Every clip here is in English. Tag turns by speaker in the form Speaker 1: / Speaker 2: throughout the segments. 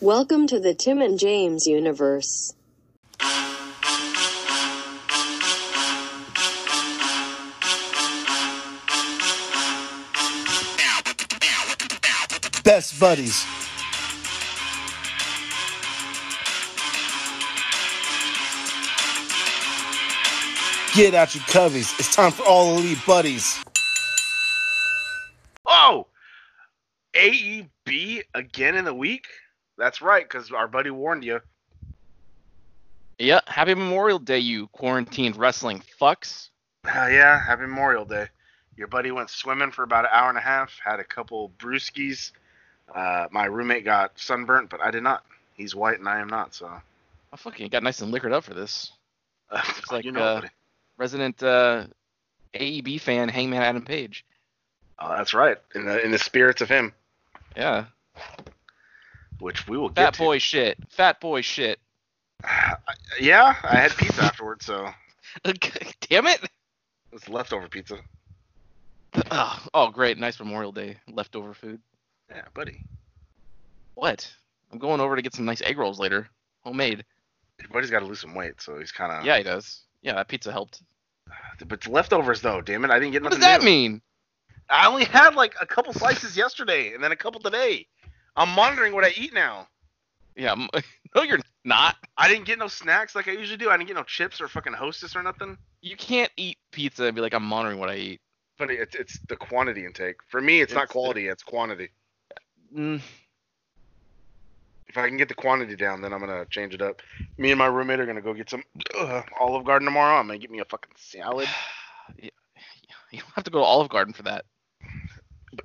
Speaker 1: Welcome to the Tim and James universe.
Speaker 2: Best buddies. Get out your coveys. It's time for all elite buddies.
Speaker 3: Oh, AEB again in the week? That's right, because our buddy warned you.
Speaker 4: Yeah, happy Memorial Day, you quarantined wrestling fucks.
Speaker 3: Oh, yeah, happy Memorial Day. Your buddy went swimming for about an hour and a half, had a couple brewskis. Uh, my roommate got sunburnt, but I did not. He's white and I am not, so.
Speaker 4: I fucking got nice and liquored up for this.
Speaker 3: Uh,
Speaker 4: like,
Speaker 3: you know,
Speaker 4: uh,
Speaker 3: buddy.
Speaker 4: Resident uh, AEB fan, Hangman Adam Page.
Speaker 3: Oh, that's right. In the in the spirits of him,
Speaker 4: Yeah,
Speaker 3: which we will get.
Speaker 4: fat
Speaker 3: to.
Speaker 4: boy shit. Fat boy shit.
Speaker 3: Yeah, I had pizza afterwards, so
Speaker 4: Damn it.
Speaker 3: it's leftover pizza.
Speaker 4: Ugh. Oh, great, nice Memorial Day leftover food.
Speaker 3: Yeah, buddy.
Speaker 4: What? I'm going over to get some nice egg rolls later, homemade.
Speaker 3: Your buddy's got to lose some weight, so he's kind of.
Speaker 4: Yeah, he does. Yeah, that pizza helped.
Speaker 3: But it's leftovers though, damn it! I didn't get
Speaker 4: What
Speaker 3: nothing.
Speaker 4: does that
Speaker 3: new.
Speaker 4: mean?
Speaker 3: I only had like a couple slices yesterday and then a couple today. I'm monitoring what I eat now.
Speaker 4: Yeah, m- no, you're not.
Speaker 3: I didn't get no snacks like I usually do. I didn't get no chips or fucking hostess or nothing.
Speaker 4: You can't eat pizza and be like, I'm monitoring what I eat.
Speaker 3: But it, it's the quantity intake. For me, it's, not
Speaker 4: It's-
Speaker 3: quality, it's quantity.
Speaker 4: Mm,
Speaker 3: If I can get the quantity down, then I'm gonna change it up. Me and my roommate are gonna go get some uh, Olive Garden tomorrow. I'm gonna get me a fucking salad.
Speaker 4: Yeah, you don't have to go to Olive Garden for that.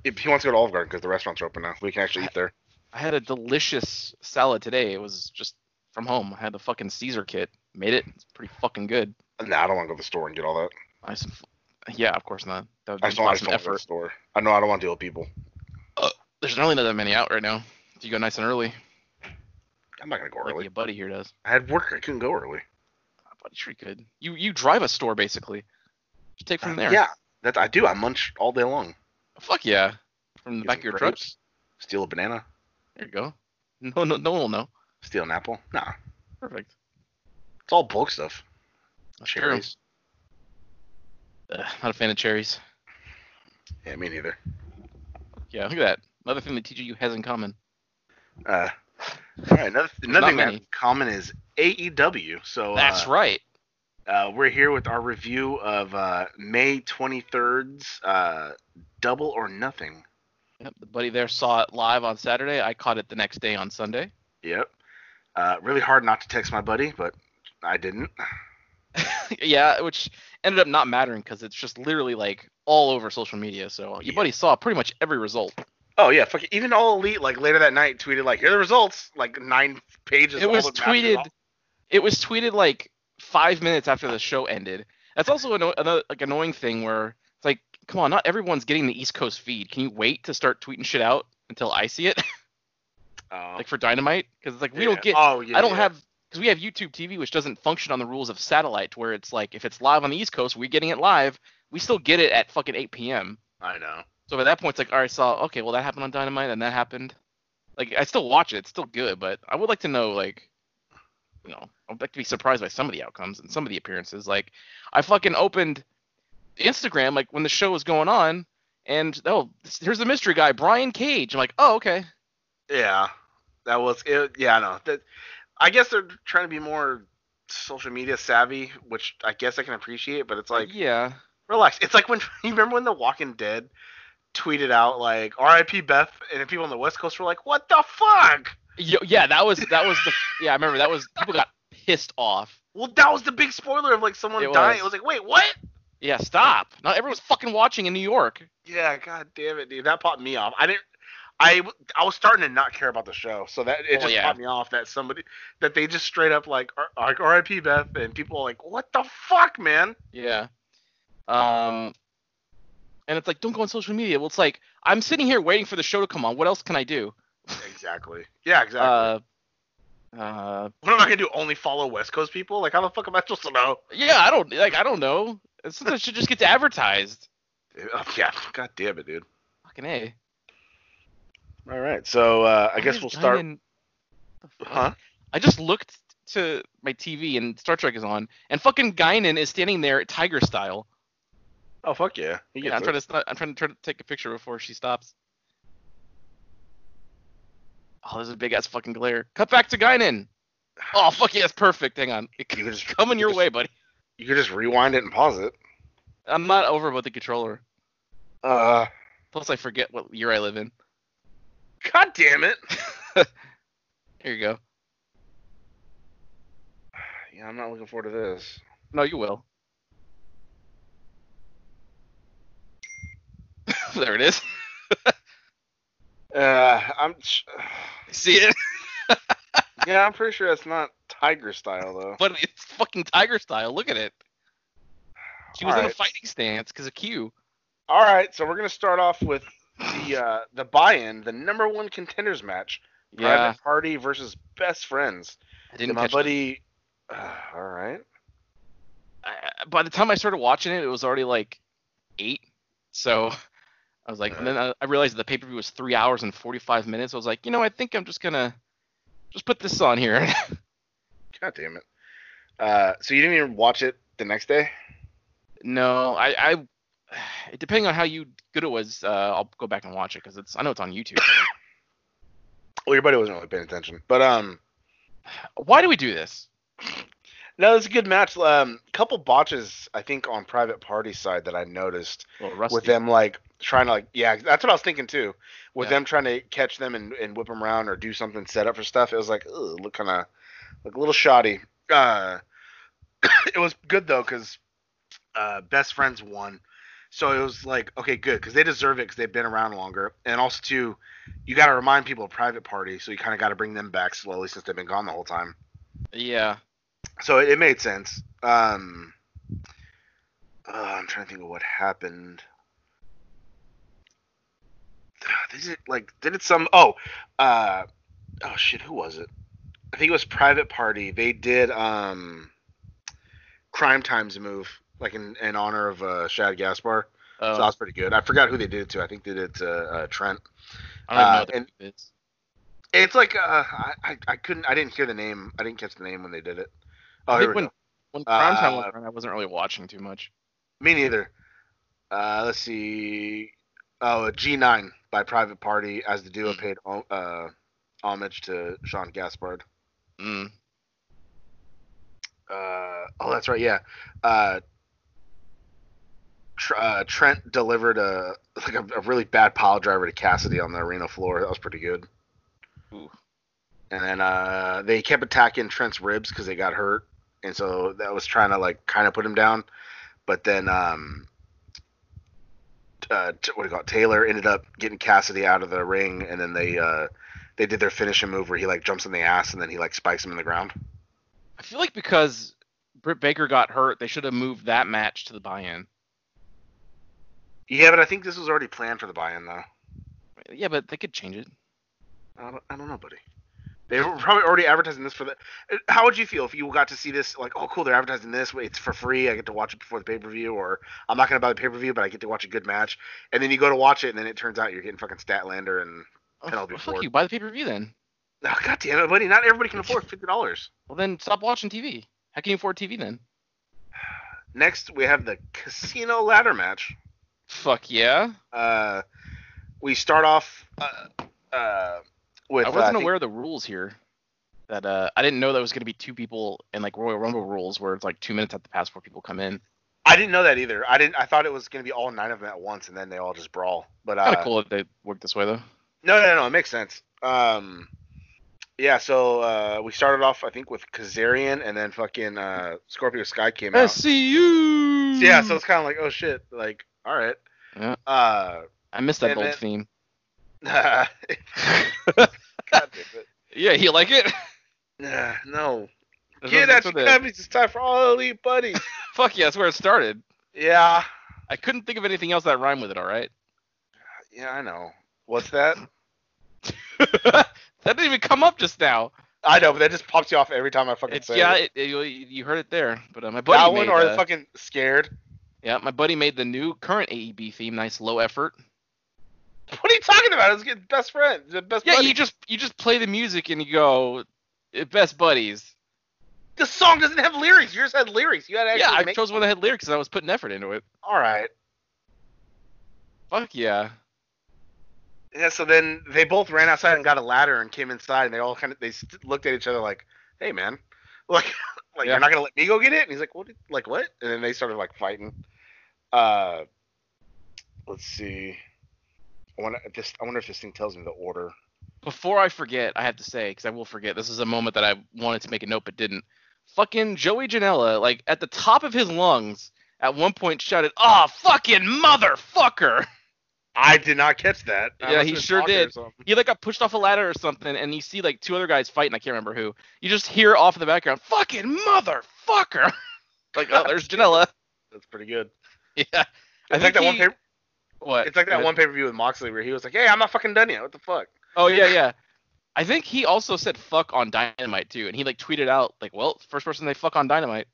Speaker 3: If he wants to go to Olive Garden because the restaurant's are open now, we can actually eat there.
Speaker 4: I had a delicious salad today. It was just from home. I had the fucking Caesar kit. Made it. It's pretty fucking good.
Speaker 3: Nah, I don't want to go to the store and get all that.
Speaker 4: I had some, f- yeah, of course not. That would
Speaker 3: I
Speaker 4: be
Speaker 3: just don't, I just
Speaker 4: some
Speaker 3: don't want to go to the
Speaker 4: effort.
Speaker 3: store. I know I don't want to deal with people.
Speaker 4: There's really not that many out right now. If you go nice and early,
Speaker 3: I'm not gonna go
Speaker 4: like
Speaker 3: early.
Speaker 4: your buddy here does.
Speaker 3: I had work. I couldn't go early.
Speaker 4: My buddy sure could. You you drive a store basically. Just take from there.
Speaker 3: Uh, Yeah, that I do. I munch all day long.
Speaker 4: Fuck yeah. From the
Speaker 3: Get
Speaker 4: back
Speaker 3: some
Speaker 4: of your truck.
Speaker 3: grapes, Steal a banana.
Speaker 4: There you go. No no no one will know.
Speaker 3: Steal an apple. Nah,
Speaker 4: Perfect.
Speaker 3: it's all bulk stuff.
Speaker 4: That's true.
Speaker 3: Cherries.
Speaker 4: Ugh, not a fan of cherries.
Speaker 3: Yeah, me neither.
Speaker 4: Yeah, look at that. Another thing that TGU has in common.
Speaker 3: Uh, all right. Another, another
Speaker 4: not
Speaker 3: thing we have
Speaker 4: many.
Speaker 3: in common is AEW. So
Speaker 4: That's
Speaker 3: uh,
Speaker 4: right.
Speaker 3: Uh, we're here with our review of uh, May 23rd's uh, Double or Nothing.
Speaker 4: Yep, the buddy there saw it live on Saturday. I caught it the next day on Sunday.
Speaker 3: Yep. Uh, really hard not to text my buddy, but I didn't.
Speaker 4: yeah, which ended up not mattering because it's just literally like all over social media. So your
Speaker 3: Yeah.
Speaker 4: buddy saw pretty much every result.
Speaker 3: Oh yeah, fuck it. even all elite like later that night tweeted like here are the results like nine pages.
Speaker 4: it
Speaker 3: all
Speaker 4: was
Speaker 3: the matches,
Speaker 4: tweeted.
Speaker 3: all-
Speaker 4: It was tweeted like five minutes after the show ended. That's also anno- another like annoying thing where it's like, come on, not everyone's getting the East Coast feed. Can you wait to start tweeting shit out until I see it,
Speaker 3: Oh.
Speaker 4: like for Dynamite? Because it's like we
Speaker 3: Yeah.
Speaker 4: don't get
Speaker 3: Oh, yeah,
Speaker 4: I don't
Speaker 3: yeah.
Speaker 4: have because we have YouTube TV, which doesn't function on the rules of satellite, to where it's like if it's live on the East Coast, we're getting it live. We still get it at fucking 8 p.m.
Speaker 3: I know.
Speaker 4: So by that point, it's like, all right, saw okay, well that happened on Dynamite and that happened. Like I still watch it; it's still good, but I would like to know, like, you know, I'd like to be surprised by some of the outcomes and some of the appearances. Like, I fucking opened Instagram like when the show was going on, and oh, here's the mystery guy, Brian Cage. I'm like, oh okay,
Speaker 3: Yeah, that was it. Yeah, I know. That I guess they're trying to be more social media savvy, which I guess I can appreciate. But it's like
Speaker 4: yeah,
Speaker 3: relax. It's like when you remember when The Walking Dead tweeted out like R.I.P. Beth, and then people on the West Coast were like, "What the fuck."
Speaker 4: Yo, yeah, that was that was the yeah. I remember that was people got pissed off.
Speaker 3: Well, that was the big spoiler of like someone
Speaker 4: It
Speaker 3: dying.
Speaker 4: was.
Speaker 3: It was like, wait, what?
Speaker 4: Yeah, stop. Not everyone's fucking watching in New York.
Speaker 3: Yeah, god damn it, dude. That popped me off. I didn't I, w- I was starting to not care about the show, so that it
Speaker 4: Oh,
Speaker 3: just
Speaker 4: yeah.
Speaker 3: popped me off that somebody that they just straight up like R- like R.I.P. Beth and people are like, what the fuck, man?
Speaker 4: Yeah. Um. And it's like, don't go on social media. Well, it's like I'm sitting here waiting for the show to come on. What else can I do?
Speaker 3: Exactly. Yeah, exactly.
Speaker 4: Uh. Uh.
Speaker 3: what am I gonna do? Only follow West Coast people? Like, how the fuck am I supposed to know?
Speaker 4: Yeah, I don't like. I don't know. Sometimes shit just gets advertised.
Speaker 3: Oh, yeah, god damn it, dude.
Speaker 4: Fucking a.
Speaker 3: All right, so uh, I
Speaker 4: Why
Speaker 3: guess
Speaker 4: is
Speaker 3: we'll start.
Speaker 4: Diamond- the fuck?
Speaker 3: Huh?
Speaker 4: I just looked to my TV and Star Trek is on, and fucking Guinan is standing there tiger style.
Speaker 3: Oh fuck yeah. He
Speaker 4: Yeah,
Speaker 3: gets
Speaker 4: I'm
Speaker 3: it.
Speaker 4: trying to st- I'm trying to, try to take a picture before she stops. Oh, there's a big ass fucking glare. Cut back to Guinan. Oh fuck yeah, it's perfect. Hang on, It-
Speaker 3: You could just-
Speaker 4: coming your
Speaker 3: you could
Speaker 4: way, buddy.
Speaker 3: You could just rewind it and pause it.
Speaker 4: I'm not over about the controller.
Speaker 3: Uh,
Speaker 4: Plus, I forget what year I live in.
Speaker 3: God damn it.
Speaker 4: Here you go.
Speaker 3: Yeah, I'm not looking forward to this.
Speaker 4: No, you will. there it is.
Speaker 3: Uh, I'm.
Speaker 4: See it?
Speaker 3: Yeah, I'm pretty sure that's not tiger style though.
Speaker 4: But it's fucking tiger style. Look at it. She was in a
Speaker 3: Alright.
Speaker 4: fighting stance because of Q.
Speaker 3: All right, so we're gonna start off with the uh, the buy-in, the number one contenders match,
Speaker 4: Yeah,
Speaker 3: Private Party versus Best Friends.
Speaker 4: I didn't
Speaker 3: my
Speaker 4: catch.
Speaker 3: buddy. Uh, all right.
Speaker 4: I, I- by the time I started watching it, it was already like eight. So I was like, and then I, I realized the pay per view was three hours and forty five minutes. I was like, you know, I think I'm just gonna just put this on here.
Speaker 3: God damn it. Uh, so you didn't even watch it the next day?
Speaker 4: No, I, I depending on how you good it was, uh, I'll go back and watch it because it's I know it's on YouTube.
Speaker 3: Well, your buddy wasn't really paying attention, but um,
Speaker 4: Why do we do this?
Speaker 3: no, it's a good match. Um, couple botches I think on Private Party side that I noticed.
Speaker 4: Well, rusty.
Speaker 3: with them like trying to like yeah that's what i was thinking too with
Speaker 4: Yeah.
Speaker 3: them trying to catch them and, and whip them around or do something set up for stuff it was like Ugh, look kind of look a little shoddy uh it was good though because uh best friends won so it was like okay good because they deserve it because they've been around longer and also too you got to remind people of private party so you kind of got to bring them back slowly since they've been gone the whole time
Speaker 4: Yeah,
Speaker 3: so it, it made sense. Um, uh, I'm trying to think of what happened. Ah, Did it like did it some? Oh, uh, oh shit, who was it? I think it was Private Party. They did um, Crime Times move like in, in honor of uh, Shad Gaspar.
Speaker 4: uh,
Speaker 3: So that was pretty good. I forgot who they did it to. I think they did it to uh, Trent.
Speaker 4: I don't even
Speaker 3: uh,
Speaker 4: know what the
Speaker 3: and-
Speaker 4: beef is.
Speaker 3: It's like uh, I, I I couldn't I didn't hear the name. I didn't catch the name when they did it. Oh,
Speaker 4: I
Speaker 3: here
Speaker 4: think
Speaker 3: we
Speaker 4: when
Speaker 3: go.
Speaker 4: when Prime Time was
Speaker 3: Uh,
Speaker 4: around, I wasn't really watching too much.
Speaker 3: Me neither. Uh, let's see. Oh, G G9 by Private Party as the duo
Speaker 4: Hmm.
Speaker 3: paid hom- uh, homage to Sean Gaspard.
Speaker 4: Mm.
Speaker 3: Uh, oh, that's right. Yeah. Uh, Tr- uh, Trent delivered a like a, a really bad pile driver to Cassidy on the arena floor. That was pretty good.
Speaker 4: Ooh.
Speaker 3: And then uh, they kept attacking Trent's ribs because they got hurt, and so that was trying to like kind of put him down. But then, um, uh, t- what do you call it? Taylor ended up getting Cassidy out of the ring, and then they uh, they did their finishing move where he like jumps in the ass and then he like spikes him in the ground.
Speaker 4: I feel like because Britt Baker got hurt, they should have moved that match to the buy-in.
Speaker 3: Yeah, but I think this was already planned for the buy-in though.
Speaker 4: Yeah, but they could change it.
Speaker 3: I don't, I don't know, buddy. They were probably already advertising this for the. uh, How would you feel if you got to see this? Like, oh, cool, they're advertising this. It's for free. I get to watch it before the pay per view, or I'm not gonna buy the pay per view, but I get to watch a good match. And then you go to watch it, and then it turns out you're getting fucking Statlander and.
Speaker 4: Oh,
Speaker 3: Penelope
Speaker 4: fuck
Speaker 3: Ford.
Speaker 4: you, buy the pay-per-view then.
Speaker 3: Oh, God damn it, buddy! Not everybody can afford fifty dollars.
Speaker 4: Well, then stop watching TV. How can you afford TV then?
Speaker 3: Next, we have the casino ladder match.
Speaker 4: Fuck yeah.
Speaker 3: Uh, we start off uh, uh, with.
Speaker 4: I
Speaker 3: uh,
Speaker 4: wasn't
Speaker 3: think-
Speaker 4: aware of the rules here. That uh, I didn't know that was going to be two people in like Royal Rumble rules, where it's like two minutes have to pass before people come in.
Speaker 3: I didn't know that either. I didn't. I thought it was gonna be all nine of them at once, and then they all just brawl. But uh,
Speaker 4: Kind of cool that they work this way though.
Speaker 3: No, no, no, it makes sense. Um, yeah, so uh, we started off, I think, with Kazarian, and then fucking uh, Scorpio Sky came out. So,
Speaker 4: SCU.
Speaker 3: yeah, so it's kind of like, oh shit, like, all right.
Speaker 4: Yeah.
Speaker 3: Uh,
Speaker 4: I missed that
Speaker 3: and
Speaker 4: old
Speaker 3: then-
Speaker 4: theme.
Speaker 3: God damn it.
Speaker 4: Yeah, you like it?
Speaker 3: Nah, no.
Speaker 4: That's
Speaker 3: Get
Speaker 4: what-
Speaker 3: at
Speaker 4: that's
Speaker 3: your
Speaker 4: what the-
Speaker 3: cubbies. It's time for all elite buddies.
Speaker 4: Fuck yeah, that's where it started.
Speaker 3: yeah.
Speaker 4: I couldn't think of anything else that rhymed with it. All right.
Speaker 3: Yeah, I know. What's that?
Speaker 4: that didn't even come up just now.
Speaker 3: I know, but that just pops you off every time I fucking
Speaker 4: It's
Speaker 3: say
Speaker 4: yeah,
Speaker 3: it.
Speaker 4: it, it- you- you heard it there. But uh, my buddy
Speaker 3: That one
Speaker 4: made
Speaker 3: or
Speaker 4: uh,
Speaker 3: the fucking scared.
Speaker 4: yeah, my buddy made the new current AEB theme. Nice low effort.
Speaker 3: What are you talking about? It was good best friend. The best
Speaker 4: Yeah,
Speaker 3: buddy.
Speaker 4: you just you just play the music and you go eh, best buddies.
Speaker 3: The song doesn't have lyrics. Yours had lyrics. You had to
Speaker 4: yeah,
Speaker 3: actually
Speaker 4: I
Speaker 3: make.
Speaker 4: chose one that had lyrics because I was putting effort into it.
Speaker 3: All right.
Speaker 4: Fuck yeah.
Speaker 3: Yeah. So then they both ran outside and got a ladder and came inside and they all kind of they st- looked at each other like, "Hey, man, like, like
Speaker 4: Yeah.
Speaker 3: you're not gonna let me go get it?" And he's like, "What? did- Like what?" And then they started like fighting. Uh, let's see. I wonder if this. I wonder if this thing tells me the order.
Speaker 4: Before I forget, I have to say because I will forget. This is a moment that I wanted to make a note but didn't. Fucking Joey Janela, like at the top of his lungs, at one point shouted, "Ah, fucking motherfucker!"
Speaker 3: I did not catch that. I
Speaker 4: Yeah,
Speaker 3: must
Speaker 4: he
Speaker 3: have been
Speaker 4: sure
Speaker 3: talking or
Speaker 4: did.
Speaker 3: something.
Speaker 4: He like got pushed off a ladder or something, and you see like two other guys fighting. I can't remember who. You just hear off in the background, "Fucking motherfucker!" like, oh, there's Janela.
Speaker 3: That's pretty good.
Speaker 4: Yeah,
Speaker 3: I think, that one
Speaker 4: he-
Speaker 3: paper.
Speaker 4: What?
Speaker 3: It's like that one pay per view with Moxley where he was like, "Hey, I'm not fucking done yet. What the fuck?"
Speaker 4: Oh yeah, yeah. I think he also said "fuck" on Dynamite too, and he like tweeted out like, "Well, first person they fuck on Dynamite,"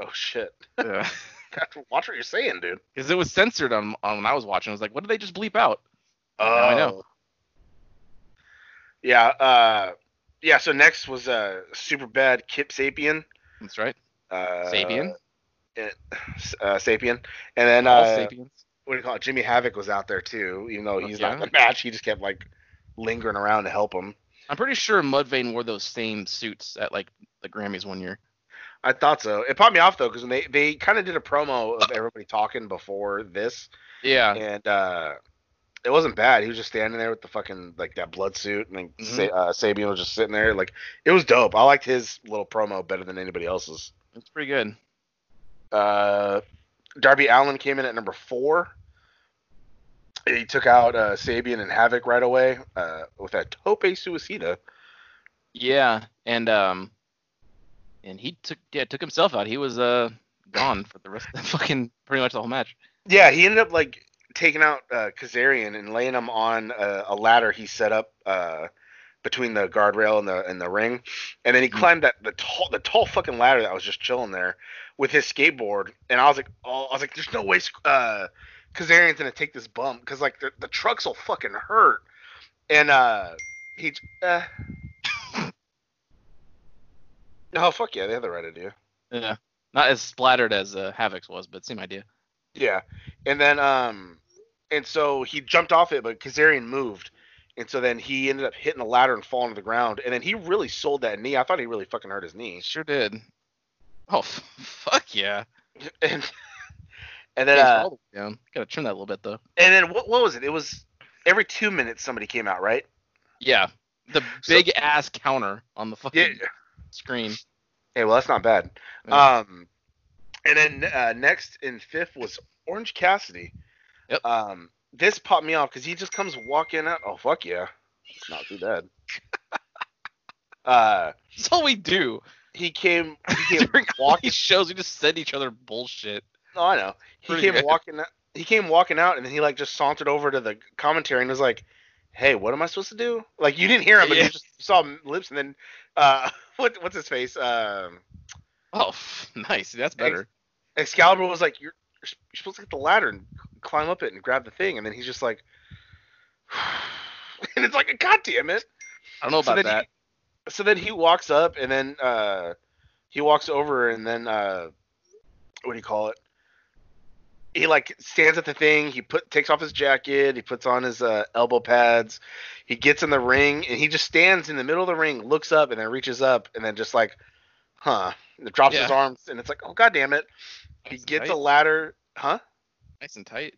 Speaker 3: Oh shit!
Speaker 4: because
Speaker 3: God, watch what you're saying, dude.
Speaker 4: it was censored on, on when I was watching. I was like, "What did they just bleep out?" Now I know.
Speaker 3: Oh. Yeah. Uh, yeah. So next was uh, super bad Kip Sapien.
Speaker 4: That's right,
Speaker 3: Uh,
Speaker 4: Sapien,
Speaker 3: and- uh, Sapien, and then
Speaker 4: all
Speaker 3: uh,
Speaker 4: Sapiens.
Speaker 3: what do you call it? Jimmy Havoc was out there too, even though he's not in
Speaker 4: Yeah.
Speaker 3: the match. He just kept like lingering around to help him.
Speaker 4: I'm pretty sure Mudvayne wore those same suits at like the Grammys one year.
Speaker 3: I thought so. It popped me off though because they they kind of did a promo of everybody talking before this,
Speaker 4: Yeah,
Speaker 3: and uh, it wasn't bad. He was just standing there with the fucking like that blood suit, and then Sa- uh, Sabian was just sitting there. Like it was dope. I liked his little promo better than anybody else's.
Speaker 4: it's pretty good.
Speaker 3: Uh, Darby Allen came in at number four. He took out uh, Sabian and Havoc right away uh, with that tope suicida.
Speaker 4: Yeah, and um, and he took yeah took himself out. He was uh gone for the rest of the fucking pretty much the whole match.
Speaker 3: Yeah, he ended up like taking out uh, Kazarian and laying him on uh, a, a ladder he set up uh, between the guardrail and the and the ring, and then he
Speaker 4: Mhm.
Speaker 3: climbed that the tall the tall fucking ladder that was just chilling there with his skateboard, and I was like, oh, I was like, there's no way uh, Kazarian's gonna take this bump because like the the trucks will fucking hurt, and uh, he uh. Oh fuck yeah, they had the right idea.
Speaker 4: Yeah, not as splattered as uh, Havoc's was, but same idea.
Speaker 3: Yeah, and then um, and so he jumped off it, but Kazarian moved, and so then he ended up hitting the ladder and falling to the ground, and then he really sold that knee. I thought he really fucking hurt his knee,
Speaker 4: He sure did. Oh, f- fuck yeah.
Speaker 3: and and then
Speaker 4: Yeah, he's
Speaker 3: uh,
Speaker 4: all the way down. Gotta trim that a little bit though.
Speaker 3: and then what what was it? It was every two minutes somebody came out, right?
Speaker 4: Yeah. The
Speaker 3: So-
Speaker 4: big ass counter on the fucking
Speaker 3: Yeah.
Speaker 4: screen.
Speaker 3: Hey, well that's not bad.
Speaker 4: Yeah.
Speaker 3: Um, and then uh, next in fifth was Orange Cassidy.
Speaker 4: Yep.
Speaker 3: Um, this popped me off because he just comes walking out. Oh fuck yeah, it's not too bad. uh.
Speaker 4: That's all we do.
Speaker 3: he came he came
Speaker 4: During all
Speaker 3: walking
Speaker 4: these shows, we just send each other bullshit.
Speaker 3: no, I know. He
Speaker 4: Pretty
Speaker 3: came
Speaker 4: good.
Speaker 3: walking out he came walking out and then he like just sauntered over to the commentary and was like, Hey, what am I supposed to do? Like you didn't hear him, but
Speaker 4: Yeah.
Speaker 3: you just saw him lips and then uh what what's his face? Um
Speaker 4: Oh, f- nice. That's better.
Speaker 3: Excalibur was like, You're you're s- you're supposed to get the ladder and climb up it and grab the thing and then he's just like and it's like god damn it.
Speaker 4: I don't know
Speaker 3: So
Speaker 4: about
Speaker 3: then
Speaker 4: that.
Speaker 3: He, so then he walks up and then uh, he walks over and then uh, what do you call it? He like stands at the thing. He put takes off his jacket. He puts on his uh, elbow pads. He gets in the ring and he just stands in the middle of the ring, looks up and then reaches up and then just like, huh? and drops his
Speaker 4: Yeah.
Speaker 3: arms and it's like, oh god damn it! He
Speaker 4: Nice and
Speaker 3: gets a
Speaker 4: tight.
Speaker 3: ladder, huh?
Speaker 4: Nice and tight.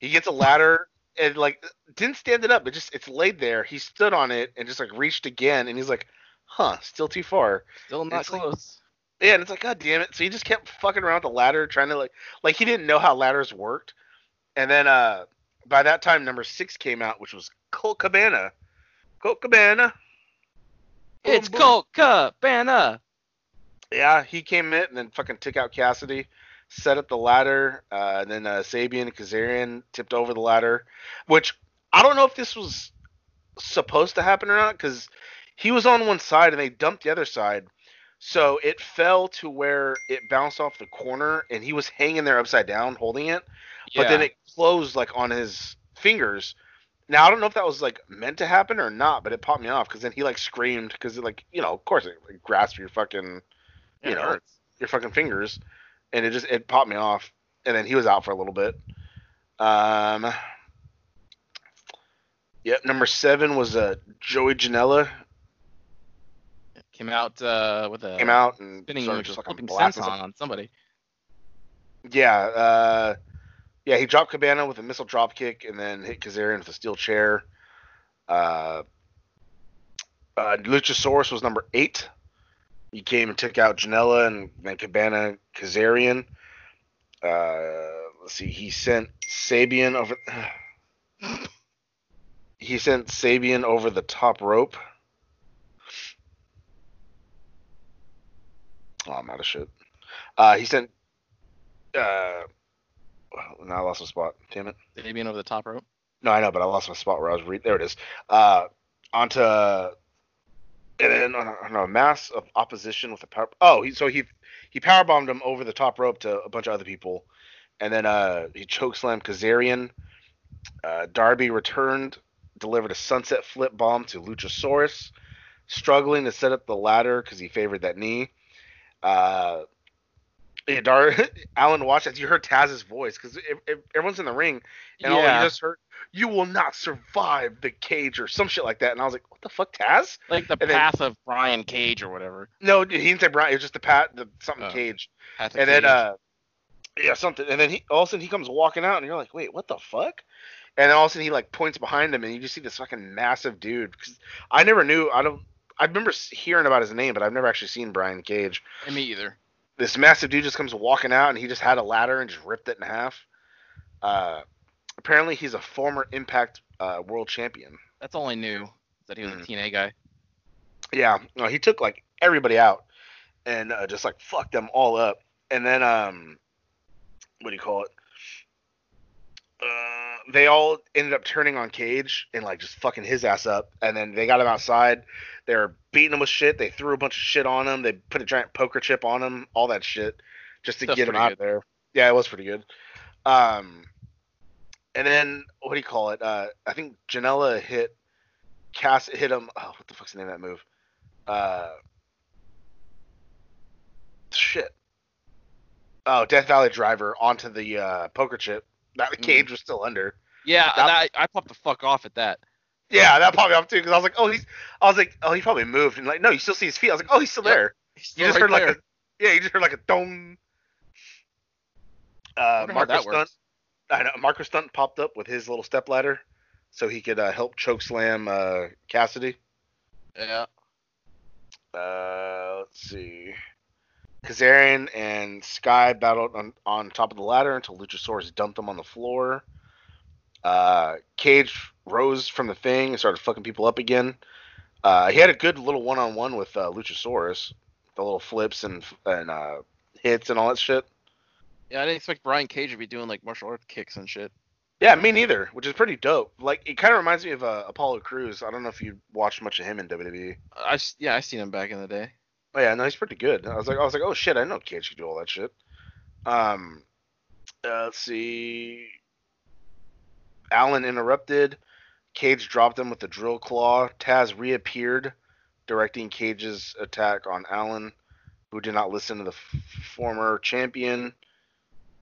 Speaker 3: He gets a ladder and like didn't stand it up. It just it's laid there. He stood on it and just like reached again and he's like, huh? Still too far.
Speaker 4: Still not
Speaker 3: It's like-
Speaker 4: close.
Speaker 3: Yeah, and it's like, god damn it. So he just kept fucking around with the ladder, trying to like like he didn't know how ladders worked. And then uh by that time number six came out, which was Colt Cabana. Colt Cabana. Boom,
Speaker 4: it's
Speaker 3: boom.
Speaker 4: Colt Cabana.
Speaker 3: Yeah, he came in and then fucking took out Cassidy, set up the ladder, uh, and then uh, Sabian and Kazarian tipped over the ladder, which I don't know if this was supposed to happen or not because he was on one side and they dumped the other side. So it fell to where it bounced off the corner and he was hanging there upside down holding it, but then
Speaker 4: Yeah.
Speaker 3: it closed like on his fingers. Now I don't know if that was like meant to happen or not, but it popped me off because then he like screamed because like you know of course it like, grasped your fucking
Speaker 4: Yeah,
Speaker 3: You
Speaker 4: it
Speaker 3: know.
Speaker 4: hurts.
Speaker 3: your fucking fingers, and it just it popped me off, and then he was out for a little bit. Um. Yep, number seven was uh, Joey Janela
Speaker 4: Came out uh, with a
Speaker 3: came out and
Speaker 4: spinning
Speaker 3: started
Speaker 4: with
Speaker 3: just
Speaker 4: a
Speaker 3: fucking
Speaker 4: flipping
Speaker 3: blasting
Speaker 4: senton on somebody.
Speaker 3: Yeah, uh, yeah, he dropped Cabana with a missile drop kick and then hit Kazarian with a steel chair. Uh, uh, Luchasaurus was number eight. He came and took out Janela and then Cabana Kazarian. Uh, let's see, he sent Sabian over. he sent Sabian over the top rope. Oh, I'm out of shit. Uh, he sent uh, well, now I lost my spot. Damn it.
Speaker 4: Fabian over the top rope.
Speaker 3: No, I know, but I lost my spot where I was reading. There it is. Uh, onto and then on a, on a mass of opposition with a power. Oh, he, so he he power bombed him over the top rope to a bunch of other people, and then uh, he chokeslammed Kazarian. Uh, Darby returned, delivered a sunset flip bomb to Luchasaurus, struggling to set up the ladder because he favored that knee. Uh, yeah, Dar- Alan watched as you heard Taz's voice because everyone's in the ring and all
Speaker 4: yeah,
Speaker 3: you just heard, you will not survive the cage or some shit like that. And I was like, what the fuck, Taz?
Speaker 4: like the
Speaker 3: and then-
Speaker 4: path of Brian Cage or whatever.
Speaker 3: No, dude, he didn't say Brian. It was just the pat, the something
Speaker 4: Oh.
Speaker 3: cage.
Speaker 4: Path of
Speaker 3: and then,
Speaker 4: Cage.
Speaker 3: uh, yeah, something. And then he all of a sudden he comes walking out, and you're like, wait, what the fuck? And then all of a sudden he like points behind him, and you just see this fucking massive dude. 'Cause I never knew. I don't. I remember s- hearing about his name, but I've never actually seen Brian Cage.
Speaker 4: And me either.
Speaker 3: this massive dude just comes walking out and he just had a ladder and just ripped it in half. Uh, apparently, he's a former Impact uh, World Champion.
Speaker 4: That's all I knew that he was a
Speaker 3: Mm.
Speaker 4: TNA guy.
Speaker 3: Yeah, no, he took like everybody out and uh, just like fucked them all up. And then, um, what do you call it? Uh, they all ended up turning on Cage and like just fucking his ass up. And then they got him outside. They were beating him with shit. They threw a bunch of shit on him. They put a giant poker chip on him. All that shit just to
Speaker 4: That's
Speaker 3: get him
Speaker 4: pretty
Speaker 3: out
Speaker 4: good.
Speaker 3: there. Yeah, it was pretty good. Um, and then what do you call it? Uh, I think Janela hit Cass hit him. Oh, what the fuck's the name of that move? Uh, shit. Oh, Death Valley Driver onto the uh, poker chip. That the
Speaker 4: Mhm.
Speaker 3: cage was still under.
Speaker 4: Yeah,
Speaker 3: That-
Speaker 4: and I, I popped the fuck off at that.
Speaker 3: Yeah, that popped me off too because I was like, oh, he's. I was like, oh, he probably moved. And like, no, you still see his feet. I was like, oh, he's still
Speaker 4: Yep.
Speaker 3: there.
Speaker 4: He's
Speaker 3: You
Speaker 4: still
Speaker 3: just
Speaker 4: right
Speaker 3: heard
Speaker 4: there.
Speaker 3: like, a, yeah, you just heard like a dong.
Speaker 4: I
Speaker 3: Uh,
Speaker 4: wonder how
Speaker 3: Marco
Speaker 4: that
Speaker 3: Stunt,
Speaker 4: works.
Speaker 3: I know, Marco Stunt popped up with his little stepladder, so he could uh, help choke slam uh, Cassidy.
Speaker 4: Yeah.
Speaker 3: Uh, let's see. Kazarian and Sky battled on, on top of the ladder until Luchasaurus dumped them on the floor. Uh, Cage rose from the thing and started fucking people up again. Uh, he had a good little one on one with uh, Luchasaurus, the little flips and and uh, hits and all that shit.
Speaker 4: Yeah, I didn't expect Brian Cage to be doing like martial arts kicks and shit.
Speaker 3: Yeah, me neither, which is pretty dope. Like it kind of reminds me of uh, Apollo Crews. I don't know if you watched much of him in E. WWE.
Speaker 4: I s- yeah, I seen him back in the day.
Speaker 3: Oh yeah, no, he's pretty good. I was like, I was like, oh shit, I know kids can do all that shit. Um, uh, let's see. Allen interrupted. Cage dropped him with the drill claw. Taz reappeared, directing Cage's attack on Allen, who did not listen to the f- former champion.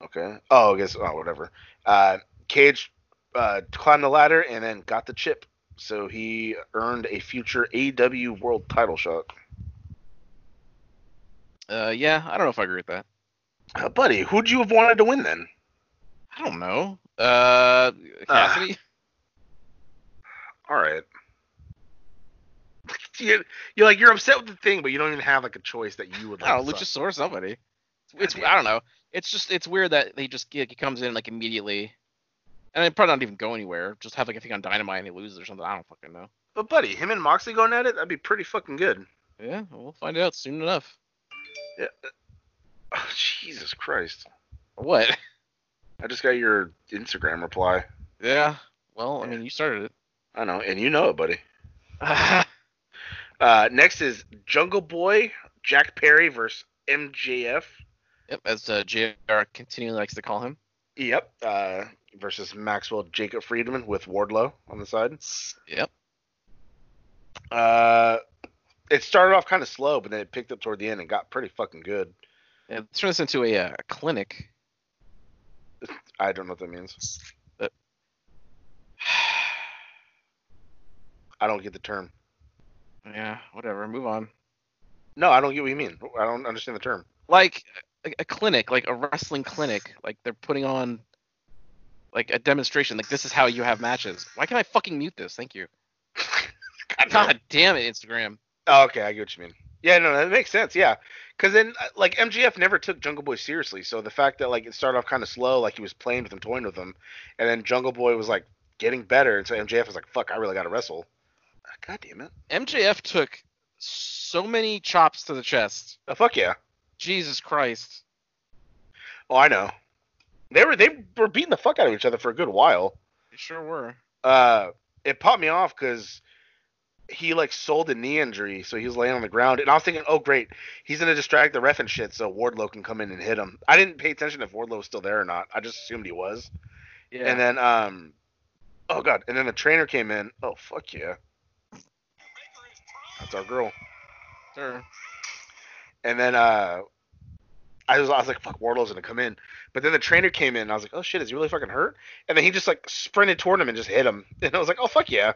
Speaker 3: Okay. Oh, I guess. Oh, whatever. Uh, Cage uh, climbed the ladder and then got the chip, so he earned a future AEW World Title shot.
Speaker 4: Uh, yeah, I don't know if I agree with that.
Speaker 3: Uh, buddy, who'd you have wanted to win then?
Speaker 4: I don't know. Uh,
Speaker 3: Ah.
Speaker 4: Cassidy.
Speaker 3: All right. You're, you're like you're upset with the thing, but you don't even have like a choice that you would like.
Speaker 4: I don't
Speaker 3: to
Speaker 4: know,
Speaker 3: suck.
Speaker 4: Luchasaurus, somebody. It's,
Speaker 3: Goddamn.
Speaker 4: I don't know. It's just it's weird that they just get, he comes in like immediately, and it probably not even go anywhere. Just have like a thing on Dynamite and he loses or something. I don't fucking know.
Speaker 3: But buddy, him and Moxley going at it, that'd be pretty fucking good.
Speaker 4: Yeah, we'll find out soon enough.
Speaker 3: Oh, Jesus Christ!
Speaker 4: What?
Speaker 3: I just got your Instagram reply.
Speaker 4: Yeah. Well, I mean, you started
Speaker 3: I know, and you know it, buddy.
Speaker 4: it.
Speaker 3: Uh, next is Jungle Boy Jack Perry versus MJF.
Speaker 4: yep, as uh, JR continually likes to call him.
Speaker 3: Yep. Uh, versus Maxwell Jacob Friedman with Wardlow on the side.
Speaker 4: Yep.
Speaker 3: Uh, it started off kind of slow, but then it picked up toward the end and got pretty fucking good.
Speaker 4: Yeah, let's turn this into a uh, clinic.
Speaker 3: I don't know what that means.
Speaker 4: But-
Speaker 3: I don't get the term.
Speaker 4: Yeah, whatever. Move on.
Speaker 3: No, I don't get what you mean. I don't understand the term.
Speaker 4: Like a, a clinic, like a wrestling clinic. Like they're putting on like a demonstration. Like this is how you have matches. Why can't I fucking mute this? Thank you.
Speaker 3: God, no.
Speaker 4: God damn it, Instagram.
Speaker 3: Oh, okay, I get what you mean. Yeah, no, that makes sense. Yeah, because then uh, like MGF never took Jungle Boy seriously, so the fact that like it started off kind of slow, like he was playing with him, toying with him, and then Jungle Boy was like getting better, and so MJF was like, "Fuck, I really got to wrestle." Uh, God damn it!
Speaker 4: MJF took so many chops to the chest.
Speaker 3: Oh, fuck yeah!
Speaker 4: Jesus Christ.
Speaker 3: Oh, I know. They were they were beating the fuck out of each other for a good while.
Speaker 4: They sure were.
Speaker 3: Uh, it popped me off because he like sold a knee injury, so he was laying on the ground, and I was thinking, oh great, he's gonna distract the ref and shit, so Wardlow can come in and hit him. I didn't pay attention if Wardlow was still there or not. I just assumed he was.
Speaker 4: Yeah.
Speaker 3: And then um, oh god, and then the trainer came in. Oh fuck yeah, that's our girl.
Speaker 4: sure.
Speaker 3: And then uh, I was I was like, fuck, Wardlow's gonna come in. But then the trainer came in, and I was like, oh shit, is he really fucking hurt? And then he just like sprinted toward him and just hit him, and I was like, oh fuck yeah.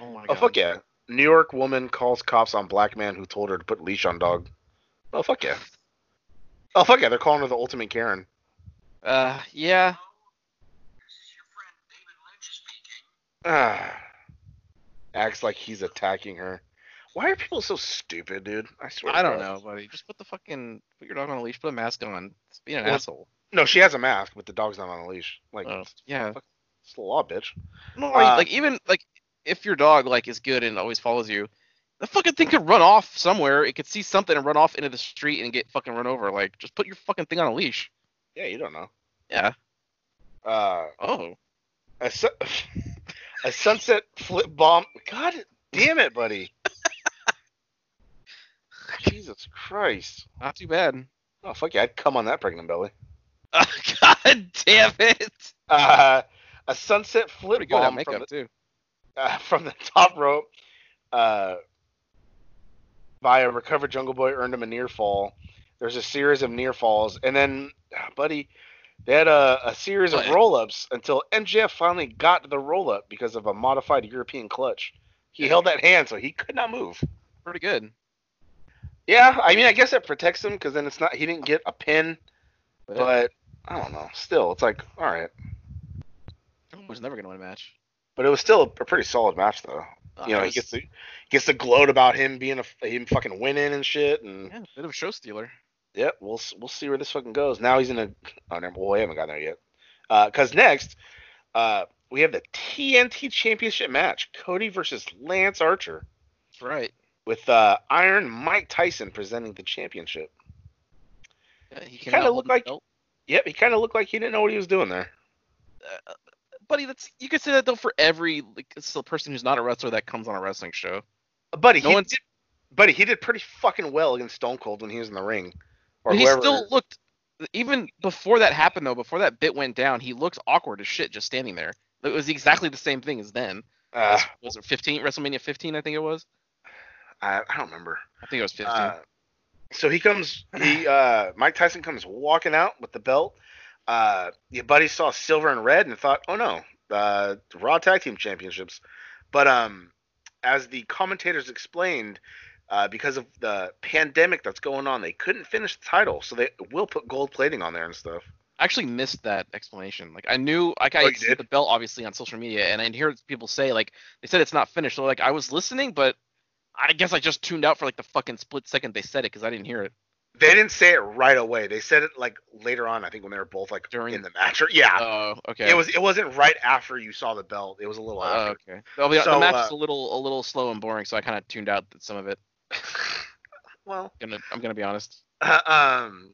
Speaker 4: Oh my
Speaker 3: Oh
Speaker 4: god.
Speaker 3: fuck yeah! New York woman calls cops on black man who told her to put leash on dog. Oh fuck yeah! Oh fuck yeah! They're calling her the ultimate Karen.
Speaker 4: Uh, yeah.
Speaker 3: Ah. Acts like he's attacking her. Why are people so stupid, dude? I swear. to
Speaker 4: I don't
Speaker 3: God.
Speaker 4: know, buddy. Just put the fucking put your dog on a leash, put a mask on. It's being an
Speaker 3: Well,
Speaker 4: asshole.
Speaker 3: No, she has a mask, but the dog's not on a leash. Like,
Speaker 4: Oh, yeah.
Speaker 3: it's the law, bitch.
Speaker 4: No,
Speaker 3: Uh,
Speaker 4: like even like if your dog like is good and always follows you, the fucking thing could run off somewhere. It could see something and run off into the street and get fucking run over. Like just put your fucking thing on a leash.
Speaker 3: Yeah, you don't know.
Speaker 4: Yeah.
Speaker 3: Uh,
Speaker 4: Oh.
Speaker 3: a, su- a sunset flip bomb. God damn it, buddy. Jesus Christ.
Speaker 4: Not too bad.
Speaker 3: Oh fuck yeah! I'd come on that pregnant belly.
Speaker 4: Oh, God damn it.
Speaker 3: Uh, a sunset flip
Speaker 4: Pretty good at
Speaker 3: bomb from
Speaker 4: makeup
Speaker 3: the,
Speaker 4: too.
Speaker 3: uh, from the top rope uh, by a recovered Jungle Boy earned him a near fall. There's a series of near falls, and then, ah, buddy, they had a, a series of
Speaker 4: What?
Speaker 3: roll ups until MJF finally got to the roll up because of a modified European clutch. He held that hand, so he could not move.
Speaker 4: Pretty good.
Speaker 3: Yeah, I mean, I guess that protects him because then it's not he didn't get a pin, but I don't know. Still, it's like all right.
Speaker 4: Jungle Boy's never gonna win a match.
Speaker 3: But it was still a pretty solid match, though.
Speaker 4: Uh,
Speaker 3: you know, he
Speaker 4: it was-
Speaker 3: gets the gets the gloat about him being a him fucking winning and shit. And
Speaker 4: yeah, a bit of a show stealer.
Speaker 3: yeah, we'll s- we'll see where this fucking goes. Now he's in a oh never well we haven't gotten there yet. Uh, Cause next, uh, we have the TNT Championship match: Cody versus Lance Archer
Speaker 4: That's right.
Speaker 3: with uh, Iron Mike Tyson presenting the championship.
Speaker 4: Yeah, he
Speaker 3: kinda looked
Speaker 4: cannot hold the
Speaker 3: like-
Speaker 4: belt.
Speaker 3: Yep, he kind of looked like he didn't know what he was doing there.
Speaker 4: buddy. That's you could say that though for every like it's the person who's not a wrestler that comes on a wrestling show.
Speaker 3: Buddy,
Speaker 4: No
Speaker 3: he
Speaker 4: one's-
Speaker 3: did, buddy, he did pretty fucking well against Stone Cold when he was in the ring. Or
Speaker 4: But he
Speaker 3: whoever-
Speaker 4: still looked even before that happened though, before that bit went down, he looked awkward as shit just standing there. It was exactly the same thing as then.
Speaker 3: uh,
Speaker 4: Was it 15 WrestleMania 15? I think it was.
Speaker 3: I, I don't remember.
Speaker 4: I think it was 15.
Speaker 3: Uh, so he comes. He uh, Mike Tyson comes walking out with the belt. Uh, your buddy saw silver and red and thought, "Oh no, uh, Raw Tag Team Championships." But um, as the commentators explained, uh, because of the pandemic that's going on, they couldn't finish the title, so they will put gold plating on there and stuff.
Speaker 4: I actually missed that explanation. Like I knew, like
Speaker 3: Oh,
Speaker 4: I
Speaker 3: you
Speaker 4: see
Speaker 3: did?
Speaker 4: the belt obviously on social media, and I hear people say like they said it's not finished. So like I was listening, but I guess I just tuned out for like the fucking split second they said it because I didn't hear it.
Speaker 3: They didn't say it right away. They said it like later on. I think when they were both like
Speaker 4: During-
Speaker 3: in the match. Or, yeah,
Speaker 4: Oh, okay.
Speaker 3: Ah. it was. It wasn't right after you saw the belt. It was a little after.
Speaker 4: Oh, okay. Well, the,
Speaker 3: So,
Speaker 4: the match
Speaker 3: uh,
Speaker 4: is a little a little slow and boring, so I kind of tuned out some of it.
Speaker 3: well,
Speaker 4: Gonna, I'm gonna be honest.
Speaker 3: Uh, um,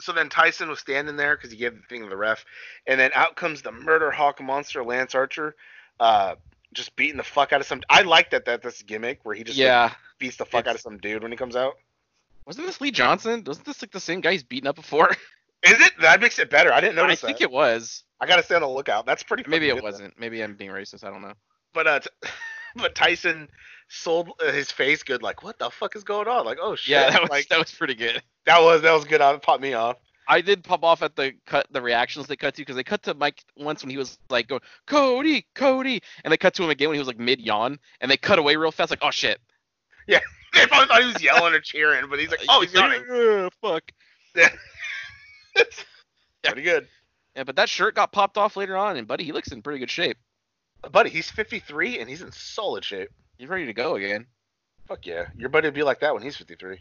Speaker 3: so then Tyson was standing there because he gave the thing to the ref, and then out comes the murder hawk monster Lance Archer, uh, just beating the fuck out of some. I like that that that's a gimmick where he just like,
Speaker 4: yeah.
Speaker 3: beats the fuck out of
Speaker 4: It's-
Speaker 3: some dude when he comes out.
Speaker 4: Wasn't this Lee Johnson? Wasn't this like the same guy he's beaten up before?
Speaker 3: Is it? That makes it better. I didn't
Speaker 4: I
Speaker 3: notice
Speaker 4: think
Speaker 3: that.
Speaker 4: it was.
Speaker 3: I gotta stay on the lookout. That's pretty.
Speaker 4: Maybe
Speaker 3: fucking
Speaker 4: it
Speaker 3: good, though.
Speaker 4: wasn't. Maybe I'm being racist. I don't know.
Speaker 3: But uh, t- but Tyson sold uh, his face good. Like, what the fuck is going on? Like, oh shit.
Speaker 4: Yeah, that was
Speaker 3: like
Speaker 4: that was pretty good.
Speaker 3: that was that was good. It popped me off.
Speaker 4: I did pop off at the cut the reactions they cut to because they cut to Mike once when he was like going Cody, Cody, and they cut to him again when he was like mid yawn, and they cut away real fast like oh shit.
Speaker 3: They probably thought he was yelling or cheering, but he's like, oh, he's yawning.
Speaker 4: "Ugh, fuck.
Speaker 3: Pretty good,
Speaker 4: Yeah, but that shirt got popped off later on, and buddy, he looks in pretty good shape.
Speaker 3: buddy. He's 53 and he's in solid shape.
Speaker 4: He's ready to go again.
Speaker 3: Fuck yeah, your buddy would be like that when he's 53.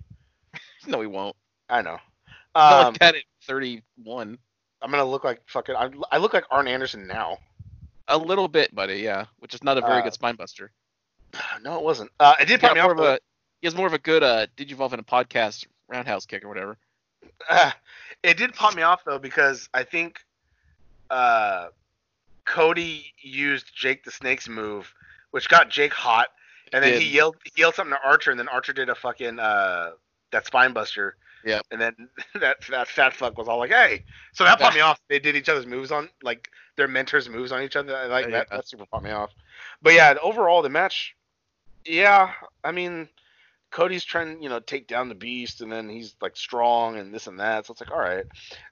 Speaker 4: No, he won't.
Speaker 3: I know.
Speaker 4: He's not
Speaker 3: Um,
Speaker 4: like that at 31.
Speaker 3: I'm gonna look like fucking. I, I look like Arn Anderson now.
Speaker 4: A little bit, buddy. Yeah, which is not a very
Speaker 3: Uh,
Speaker 4: good spine buster.
Speaker 3: No, it wasn't. Uh, it did
Speaker 4: He's got
Speaker 3: pop me
Speaker 4: more
Speaker 3: off.
Speaker 4: of a, he has more of a good uh, did you evolve in a podcast roundhouse kick or whatever.
Speaker 3: Uh, it did pop me off though because I think uh, Cody used Jake the Snake's move, which got Jake hot, and then
Speaker 4: Did.
Speaker 3: he yelled he yelled something to Archer, and then Archer did a fucking uh, that spine buster.
Speaker 4: Yep.
Speaker 3: And then that that fat fuck was all like, "Hey!" So that popped me off. They did each other's moves on like their mentors' moves on each other. I like that.
Speaker 4: Yeah.
Speaker 3: That super popped me off. But yeah, overall the match, yeah, I mean. Cody's trying, you know, take down the beast, and then he's like strong and this and that. So it's like, all right.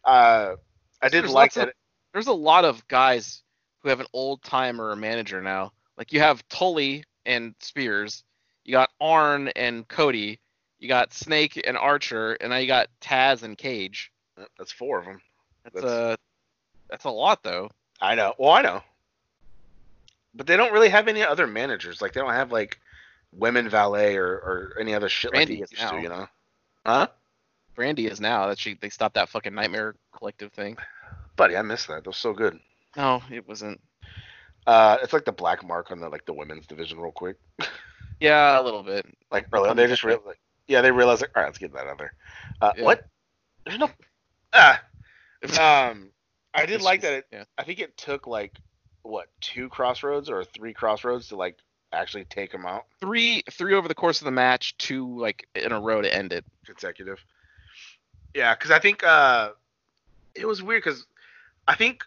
Speaker 3: Uh, I did
Speaker 4: There's
Speaker 3: like
Speaker 4: lots of-
Speaker 3: that.
Speaker 4: there's a lot of guys who have an old timer manager now. Like you have Tully and Spears, you got Arn and Cody, you got Snake and Archer, and now you got Taz and Cage.
Speaker 3: uh, That's four of them.
Speaker 4: That's,
Speaker 3: That's-
Speaker 4: a that's a lot though.
Speaker 3: I know. Well, I know. But they don't really have any other managers. Like they don't have like women valet or, or any other shit
Speaker 4: Randy
Speaker 3: like
Speaker 4: is
Speaker 3: they used to.
Speaker 4: now.
Speaker 3: You know? Huh?
Speaker 4: Brandy is now that she they stopped that fucking nightmare collective thing.
Speaker 3: Buddy, I missed that. That was so good.
Speaker 4: No, it wasn't.
Speaker 3: Uh, it's like the black mark on the like the women's division, real quick.
Speaker 4: Yeah, a little bit.
Speaker 3: Like early, they just real, like, yeah, they realized like, all right, let's get that out there. Uh,
Speaker 4: Yeah.
Speaker 3: What? There's no. Ah. um, I did like that. It,
Speaker 4: Yeah.
Speaker 3: I think it took like what two crossroads or three crossroads to like actually take him out
Speaker 4: Three three over the course of the match, two like in a row to end it.
Speaker 3: consecutive. Yeah, because I think uh, it was weird because I think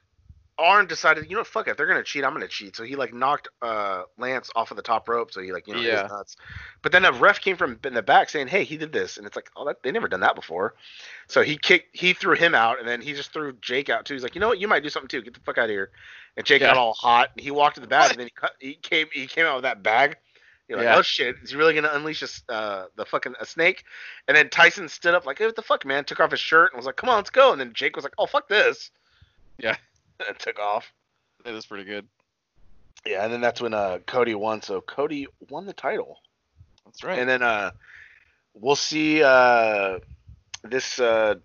Speaker 3: Arn decided, you know, fuck it, they're gonna cheat. I'm gonna cheat. So he like knocked uh Lance off of the top rope. So he like, you know, yeah.
Speaker 4: Yeah.
Speaker 3: nuts. But then a ref came from in the back saying, hey, he did this, and it's like, oh, that, they never done that before. So he kicked, he threw him out, and then he just threw Jake out too. He's like, you know what, you might do something too. Get the fuck out of here. And Jake
Speaker 4: Yeah.
Speaker 3: got all hot. And he walked to the back, and then he, cut, he came, he came out with that bag. You're like,
Speaker 4: Yeah.
Speaker 3: oh shit, is he really gonna unleash a, s- uh, the fucking a snake? And then Tyson stood up like, hey, what the fuck, man? Took off his shirt and was like, come on, let's go. And then Jake was like, oh fuck this.
Speaker 4: Yeah.
Speaker 3: and took off.
Speaker 4: That is pretty good.
Speaker 3: Yeah, and then that's when uh, Cody won. So Cody won the title,
Speaker 4: That's right.
Speaker 3: and then uh, we'll see uh, this uh,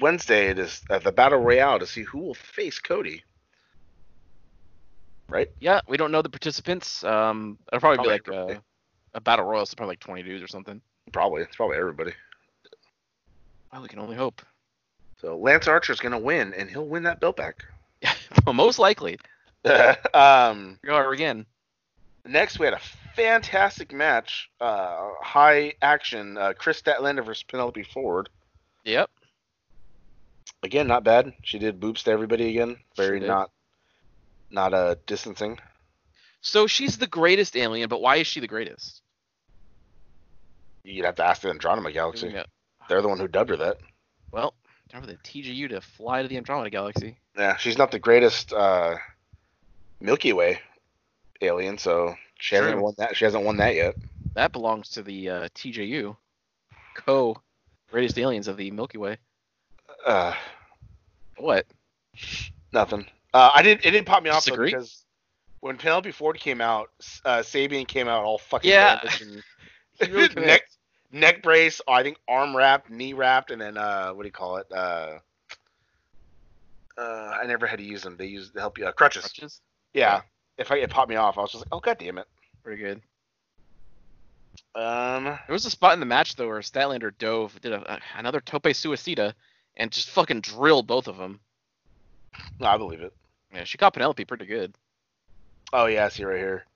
Speaker 3: Wednesday this uh, the battle royale to see who will face Cody. Right?
Speaker 4: Yeah, we don't know the participants. Um, it'll probably, be
Speaker 3: Probably
Speaker 4: like
Speaker 3: everybody.
Speaker 4: a, a battle royal, so probably like 20 dudes or something.
Speaker 3: Probably it's probably everybody.
Speaker 4: Well, we can only hope.
Speaker 3: So Lance Archer's gonna win, and he'll win that belt back.
Speaker 4: Yeah, most likely.
Speaker 3: um,
Speaker 4: Here we are again.
Speaker 3: next we had a fantastic match, uh, high action. Uh, Chris Statlander versus Penelope Ford.
Speaker 4: Yep.
Speaker 3: Again, not bad. She did boobs to everybody again. Very
Speaker 4: She did.
Speaker 3: not, not uh distancing.
Speaker 4: So she's the greatest alien, but why is she the greatest?
Speaker 3: You'd have to ask the Andromeda Galaxy.
Speaker 4: Yeah.
Speaker 3: They're the one who dubbed her that.
Speaker 4: Well, time for the TGU to fly to the Andromeda Galaxy.
Speaker 3: Yeah, she's not the greatest uh, Milky Way alien, so she hasn't
Speaker 4: True.
Speaker 3: won that. She hasn't won that yet.
Speaker 4: That belongs to the uh, TJU, co greatest aliens of the Milky Way.
Speaker 3: Uh,
Speaker 4: What?
Speaker 3: nothing. Uh, I didn't. It didn't pop me off though,
Speaker 4: Disagree?
Speaker 3: because when Penelope Ford came out, S- uh, Sabian came out all fucking
Speaker 4: Yeah.
Speaker 3: bandaged and
Speaker 4: He really committed.
Speaker 3: neck neck brace. I think arm wrapped, knee wrapped, and then uh, what do you call it? Uh, uh, I never had to use them. They use they help you uh, crutches.
Speaker 4: Crutches?
Speaker 3: Yeah. If I, it popped me off, I was just like, oh god damn it.
Speaker 4: Pretty good.
Speaker 3: Um,
Speaker 4: There was a spot in the match though where Statlander dove, did a, another tope suicida, and just fucking drilled both of them.
Speaker 3: no, I believe it.
Speaker 4: Yeah, she caught Penelope pretty good.
Speaker 3: Oh yeah, I see right here.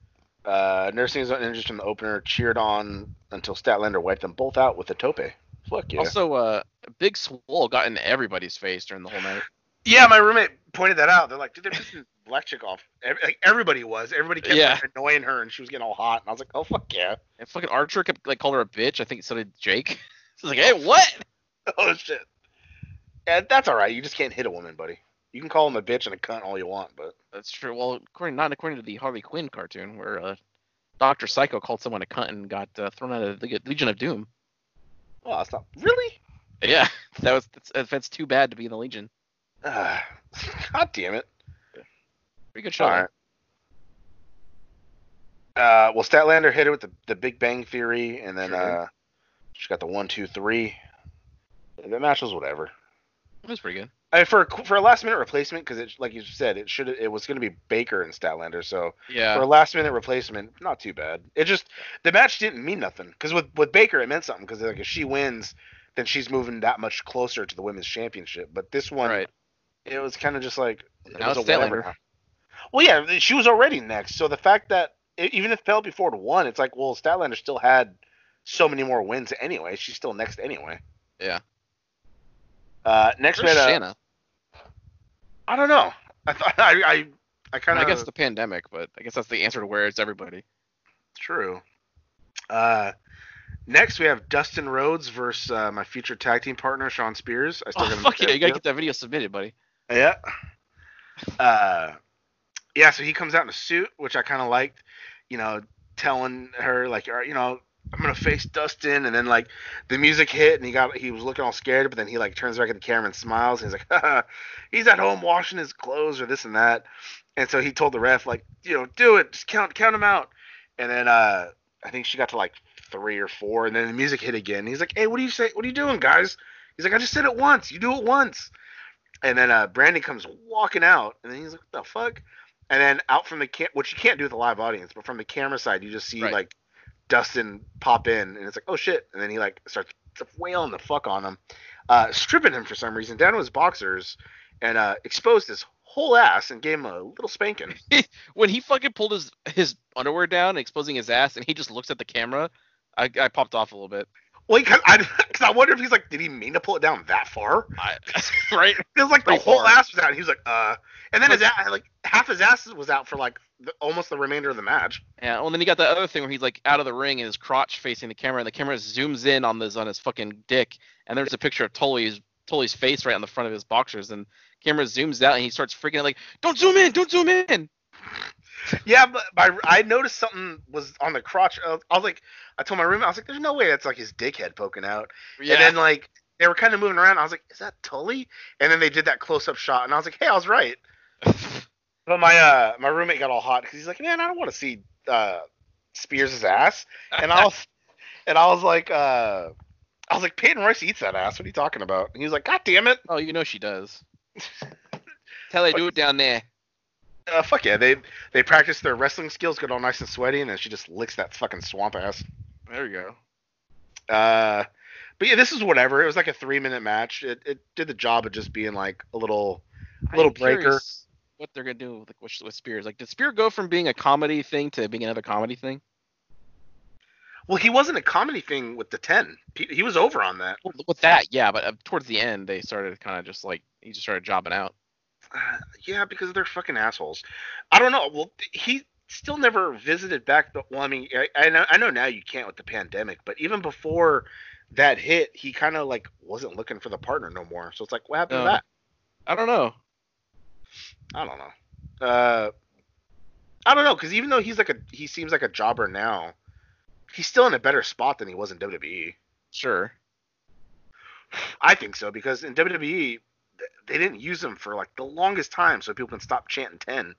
Speaker 3: Uh, nursing is not injured from the opener, cheered on until Statlander wiped them both out with a tope. Fuck yeah.
Speaker 4: Also, uh, Big Swole got in everybody's face during the whole night.
Speaker 3: yeah, my roommate pointed that out. They're like, dude, they're pissing black chick off. Ev- like, everybody was. Everybody kept
Speaker 4: Yeah.
Speaker 3: like, annoying her, and she was getting all hot. And I was like, oh fuck yeah.
Speaker 4: And fucking Archer kept like calling her a bitch. I think so did Jake. She's like, hey, what?
Speaker 3: Oh shit. Yeah, that's all right. You just can't hit a woman, buddy. You can call them a bitch and a cunt all you want, but
Speaker 4: That's true. Well, according not according to the Harley Quinn cartoon where uh, Doctor Psycho called someone a cunt and got uh, thrown out of the Leg- Legion of Doom.
Speaker 3: oh, that's not really.
Speaker 4: Yeah, that was that's, that's too bad to be in the Legion.
Speaker 3: Ah, God damn it.
Speaker 4: Pretty good show.
Speaker 3: All right. Uh, well, Statlander hit it with the, the Big Bang Theory, and then
Speaker 4: Sure.
Speaker 3: uh, she got the one, two, three. The match was whatever.
Speaker 4: It was pretty good.
Speaker 3: I mean, for a, qu- for a last minute replacement, because it like you said, it should it was going to be Baker and Statlander, so for
Speaker 4: Yeah.
Speaker 3: a last minute replacement, not too bad. It just the match didn't mean nothing because with with Baker it meant something because like if she wins, then she's moving that much closer to the women's championship. But this one,
Speaker 4: Right.
Speaker 3: it was kind of just like it
Speaker 4: Now
Speaker 3: was a
Speaker 4: it's
Speaker 3: whatever.
Speaker 4: Statlander.
Speaker 3: now. Well, yeah, th- she was already next, so the fact that e- even if Penelope Ford won, it's like well, Statlander still had so many more wins anyway. She's still next anyway.
Speaker 4: Yeah.
Speaker 3: Uh, next we
Speaker 4: Where's
Speaker 3: had uh,
Speaker 4: Shanna?
Speaker 3: I don't know. I thought I I, I
Speaker 4: I,
Speaker 3: kind of
Speaker 4: guess the pandemic, but I guess that's the answer to where it's everybody.
Speaker 3: True. Uh, next we have Dustin Rhodes versus uh, my future tag team partner Sean Spears. I still
Speaker 4: Oh,
Speaker 3: gotta make
Speaker 4: fuck yeah,
Speaker 3: that
Speaker 4: you gotta
Speaker 3: video.
Speaker 4: get that video submitted, buddy.
Speaker 3: Yeah. Uh, yeah. So he comes out in a suit, which I kind of liked. You know, telling her like, all right, you know, I'm gonna face Dustin, and then like the music hit, and he got he was looking all scared, but then he like turns back at the camera and smiles, and he's like, Haha, he's at home washing his clothes or this and that, and so he told the ref like, you know, do it, just count count him out, and then uh, I think she got to like three or four, and then the music hit again. He's like, hey, what do you say? What are you doing, guys? He's like, I just said it once. You do it once. And then uh, Brandon comes walking out, and then he's like, "What the fuck?" And then out from the cam, which you can't do with a live audience, but from the camera side, you just see
Speaker 4: Right.
Speaker 3: like Dustin pop in, and it's like, "Oh shit!" And then he like starts wailing the fuck on him, uh, stripping him for some reason down to his boxers, and uh, exposed his whole ass and gave him a little spanking.
Speaker 4: When he fucking pulled his his underwear down, exposing his ass, and he just looks at the camera, I, I popped off a little bit.
Speaker 3: Well, because I, 'cause I wonder if he's like, did he mean to pull it down that far?
Speaker 4: I, right?
Speaker 3: It was like the
Speaker 4: Pretty
Speaker 3: whole
Speaker 4: far.
Speaker 3: ass was out. and He was like, "Uh," and then his ass, like half his ass was out for like the, almost the remainder of the match.
Speaker 4: Yeah. Well, and then you got that other thing where he's like out of the ring and his crotch facing the camera, and the camera zooms in on this on his fucking dick, and there's a picture of Tully's Tully's face right on the front of his boxers, and camera zooms out, and he starts freaking out like, "Don't zoom in! Don't zoom in!"
Speaker 3: Yeah, but my, I noticed something was on the crotch. Of, I was like, I told my roommate, I was like, "There's no way that's like his dickhead poking out."
Speaker 4: Yeah.
Speaker 3: And then like they were kind of moving around. I was like, "Is that Tully?" And then they did that close-up shot, and I was like, "Hey, I was right." But my uh my roommate got all hot because he's like, "Man, I don't want to see uh Spears' ass." And I was and I was like, uh I was like, "Peyton Royce eats that ass. What are you talking about?" And he was like, "God damn it!"
Speaker 4: oh, you know she does. Tell her do it down there.
Speaker 3: Uh, fuck yeah, they they practice their wrestling skills, get all nice and sweaty, and then she just licks that fucking swamp ass.
Speaker 4: There you go.
Speaker 3: Uh, but yeah, this is whatever. It was like a three minute match. It, it did the job of just being like a little little
Speaker 4: I'm
Speaker 3: breaker.
Speaker 4: curious What they're gonna do with, with with Spears? Like, did Spear go from being a comedy thing to being another comedy thing?
Speaker 3: Well, he wasn't a comedy thing with the ten. He, he was over on that.
Speaker 4: Well, With that, yeah, but uh, towards the end, they started kind of just like he just started jobbing out.
Speaker 3: Uh, yeah, because they're fucking assholes. I don't know. Well, he still never visited back. The, well, I mean, I, I know I know now you can't with the pandemic, but even before that hit, he kind of like wasn't looking for the partner no more. So it's like, what happened
Speaker 4: No.
Speaker 3: to that?
Speaker 4: I don't know.
Speaker 3: I don't know. Uh, I don't know because even though he's like a he seems like a jobber now, he's still in a better spot than he was in WWE.
Speaker 4: Sure.
Speaker 3: I think so because in WWE th- they didn't use him for like the longest time, so people can stop chanting ten,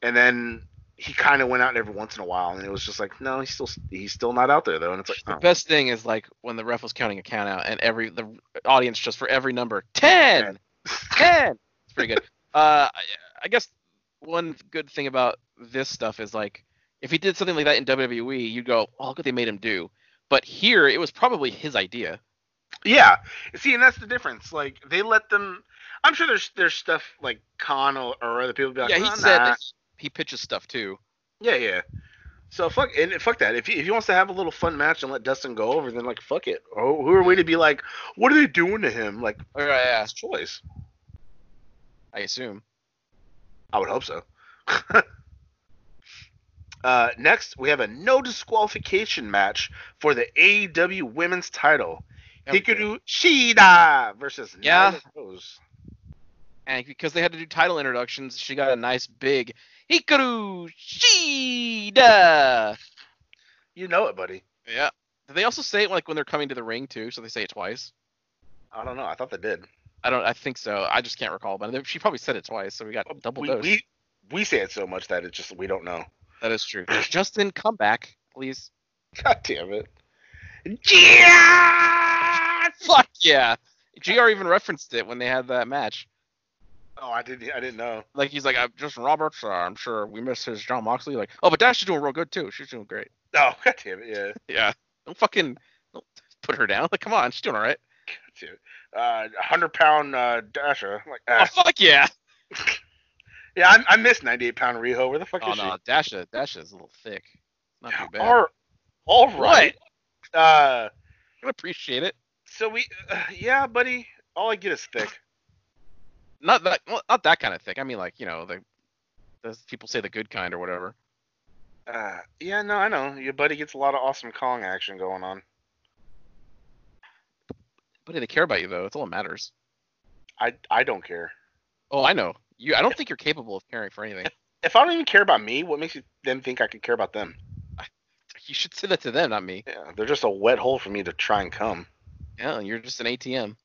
Speaker 3: and then he kind of went out every once in a while, and it was just like no, he's still he's still not out there though, and it's like
Speaker 4: The
Speaker 3: oh.
Speaker 4: best thing is like when the ref was counting a count out and every the audience just for every number 10 10 it's pretty good uh I- i guess one good thing about this stuff is like if he did something like that in wwe you'd go oh look what they made him do but here it was probably his idea
Speaker 3: Yeah. See, and that's the difference. Like they let them. I'm sure there's there's stuff like Khan or, or other people be like
Speaker 4: yeah he
Speaker 3: "Oh,
Speaker 4: said
Speaker 3: nah."
Speaker 4: that he pitches stuff too
Speaker 3: Yeah, yeah. So fuck and fuck that. If he, if he wants to have a little fun match and let Dustin go over, then like fuck it. Oh, who are we to be like? What are they doing to him? Like
Speaker 4: All right, uh, yeah,
Speaker 3: his choice.
Speaker 4: I assume.
Speaker 3: I would hope so. uh, next, we have a no disqualification match for the AEW Women's Title. Hikaru Shida versus
Speaker 4: Yeah.
Speaker 3: Nyla Rose.
Speaker 4: and because they had to do title introductions, she got a nice big Hikaru Shida.
Speaker 3: You know it, buddy.
Speaker 4: Yeah. Did they also say it like when they're coming to the ring too? So they say it twice.
Speaker 3: I don't know. I thought they did.
Speaker 4: I don't. I think so. I just can't recall, but she probably said it twice, so we got
Speaker 3: Oh,
Speaker 4: double
Speaker 3: we,
Speaker 4: dose.
Speaker 3: we we say it so much that it's just we don't know.
Speaker 4: That is true. Justin, come back, please.
Speaker 3: God damn it. Yeah.
Speaker 4: Fuck yeah. Gr even referenced it when they had that match.
Speaker 3: Oh, I didn't. I didn't know.
Speaker 4: Like he's like, I'm Justin Roberts. Uh, I'm sure we miss his John Moxley. Like, oh, but Dash is doing real good too. She's doing great.
Speaker 3: Oh, god damn it. Yeah.
Speaker 4: Yeah. Don't fucking don't put her down. Like, come on, she's doing all right.
Speaker 3: Dude. Uh, hundred pound uh, Dasha. Like, ah.
Speaker 4: Oh fuck yeah.
Speaker 3: yeah, I, I missed ninety eight pound Riho. Where the fuck
Speaker 4: Oh
Speaker 3: is
Speaker 4: no, Dasha, Dasha is a little thick. Not too
Speaker 3: she?
Speaker 4: bad.
Speaker 3: All- all right. Uh,
Speaker 4: I can appreciate it.
Speaker 3: so we, uh, yeah, buddy. All I get is thick.
Speaker 4: Not that, well, not that kind of thick. I mean, like you know, the, the people say the good kind or whatever.
Speaker 3: Uh, yeah, no, I know. Your buddy gets a lot of awesome Kong action going on.
Speaker 4: But they care about you though. It's all that matters.
Speaker 3: I, I don't care.
Speaker 4: Oh, I know. You, I don't think you're capable of caring for anything.
Speaker 3: If I don't even care about me, what makes you them think I could care about them?
Speaker 4: You should say that to them, not me.
Speaker 3: Yeah, they're just a wet hole for me to try and come.
Speaker 4: Yeah, you're just an ATM.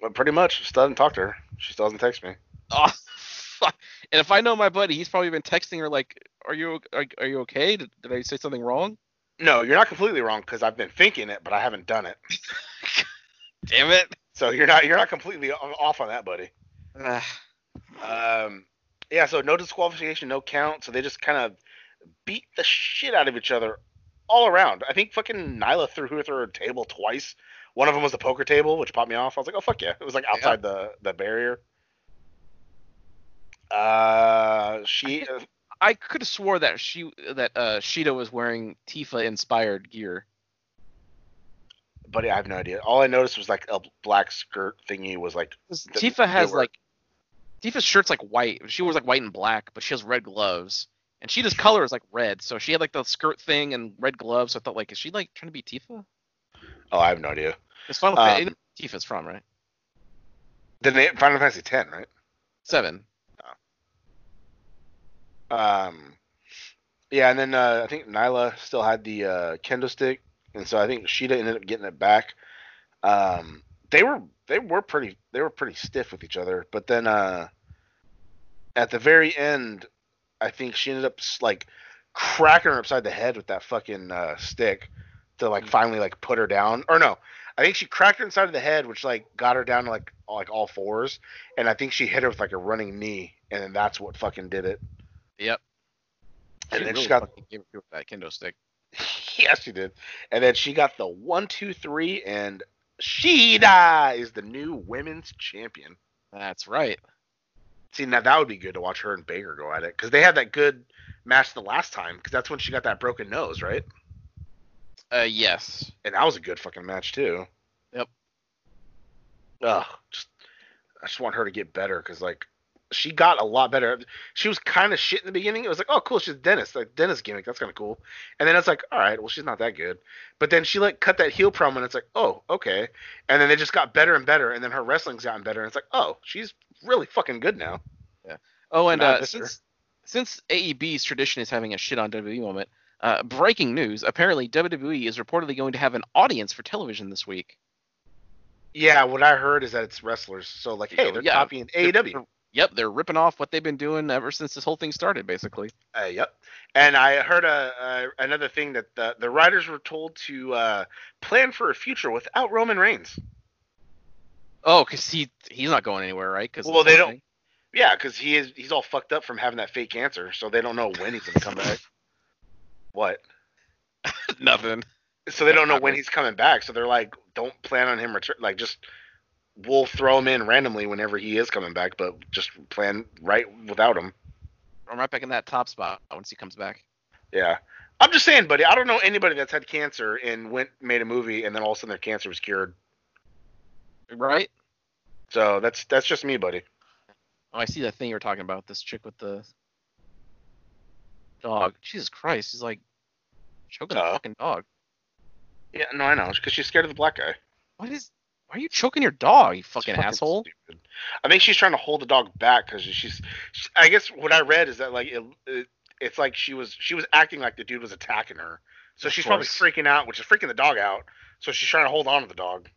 Speaker 3: But pretty much, still haven't talked to her. She still doesn't text me.
Speaker 4: Oh, fuck. And if I know my buddy, he's probably been texting her like, "Are you o- are, are you okay? Did, did I say something wrong?"
Speaker 3: No, you're not completely wrong because I've been thinking it, but I haven't done it.
Speaker 4: Damn it.
Speaker 3: So you're not you're not completely o- off on that, buddy.
Speaker 4: Ugh.
Speaker 3: Um, yeah. So no disqualification, no count. So they just kind of beat the shit out of each other all around. I think fucking Nyla threw her through a table twice. One of them was the poker table, which popped me off. I was like, oh fuck yeah! It was like outside the the barrier. Uh, she. Uh,
Speaker 4: I could have swore that she that uh, Shida was wearing Tifa inspired gear.
Speaker 3: buddy, I have no idea. All I noticed was like a black skirt thingy was like
Speaker 4: 'Cause
Speaker 3: Th-
Speaker 4: Tifa has
Speaker 3: were-
Speaker 4: like Tifa's shirt's like white. She wears like white and black, but she has red gloves. And Shida's color is like red, so she had like the skirt thing and red gloves. I thought like, is she like trying to be Tifa?
Speaker 3: oh I have no idea.
Speaker 4: It's Final
Speaker 3: Um,
Speaker 4: Fantasy. Tifa's from right
Speaker 3: The name Final Fantasy X, right?
Speaker 4: seven.
Speaker 3: Um, yeah, and then uh, I think Nyla still had the uh, kendo stick, and so I think Sheeta ended up getting it back. Um, they were they were pretty they were pretty stiff with each other, but then uh, at the very end, I think she ended up s- like cracking her upside the head with that fucking uh, stick to like finally like put her down. Or no, I think she cracked her inside of the head, which like got her down to like all- like all fours, and I think she hit her with like a running knee, and then that's what fucking did it.
Speaker 4: Yep.
Speaker 3: And
Speaker 4: she
Speaker 3: then
Speaker 4: really
Speaker 3: she got-
Speaker 4: fucking gave it to her with that kendo stick.
Speaker 3: yes, she did. And then she got the one, two, three, and Sheeta is the new women's champion.
Speaker 4: That's right.
Speaker 3: See, now that would be good to watch her and Baker go at it because they had that good match the last time because that's when she got that broken nose, right?
Speaker 4: Uh, yes.
Speaker 3: And that was a good fucking match too.
Speaker 4: Yep.
Speaker 3: Ugh, just I just want her to get better because like she got a lot better. She was kind of shit in the beginning. It was like, oh cool, she's a dentist, like dentist gimmick. That's kind of cool. And then it's like, all right, well she's not that good. But then she like cut that heel promo and it's like, oh okay. And then they just got better and better. And then her wrestling's gotten better. And it's like, oh, she's really fucking good now.
Speaker 4: Oh, and
Speaker 3: Not
Speaker 4: uh,
Speaker 3: this year.
Speaker 4: since since AEB's tradition is having a shit on WWE moment, uh, breaking news: apparently WWE is reportedly going to have an audience for television this week.
Speaker 3: Yeah, what I heard is that it's wrestlers. So like, hey, they're
Speaker 4: Yeah.
Speaker 3: copying E AEW.
Speaker 4: Yep, they're ripping off what they've been doing ever since this whole thing started, basically.
Speaker 3: Uh, yep. And I heard a, uh another thing that the, the writers were told to uh, plan for a future without Roman Reigns.
Speaker 4: Oh, because he he's not going anywhere, right? 'Cause of
Speaker 3: Well,
Speaker 4: this
Speaker 3: they
Speaker 4: whole
Speaker 3: don't-
Speaker 4: thing.
Speaker 3: Yeah, because he is he's all fucked up from having that fake cancer, so they don't know when he's gonna come back. What?
Speaker 4: nothing.
Speaker 3: So they don't know when he's coming back. So they're like, don't plan on him return. Like just we'll throw him in randomly whenever he is coming back, but just plan right without him.
Speaker 4: I'm right back in that top spot once he comes back.
Speaker 3: Yeah. I'm just saying, buddy. I don't know anybody that's had cancer and went made a movie and then all of a sudden their cancer was cured.
Speaker 4: right?
Speaker 3: So that's that's just me, buddy.
Speaker 4: Oh, I see that thing you were talking about. This chick with the dog. Jesus Christ, she's like choking the
Speaker 3: Oh.
Speaker 4: fucking dog.
Speaker 3: Yeah, no, I know. Because she's scared of the black guy.
Speaker 4: What is? Why are you choking your dog? You
Speaker 3: It's
Speaker 4: fucking, asshole.
Speaker 3: stupid. I think she's trying to hold the dog back because she's. She, I guess what I read is that like it, it, it's like she was she was acting like the dude was attacking her, so
Speaker 4: Of
Speaker 3: she's
Speaker 4: course.
Speaker 3: probably freaking out, which is freaking the dog out. So she's trying to hold on to the dog.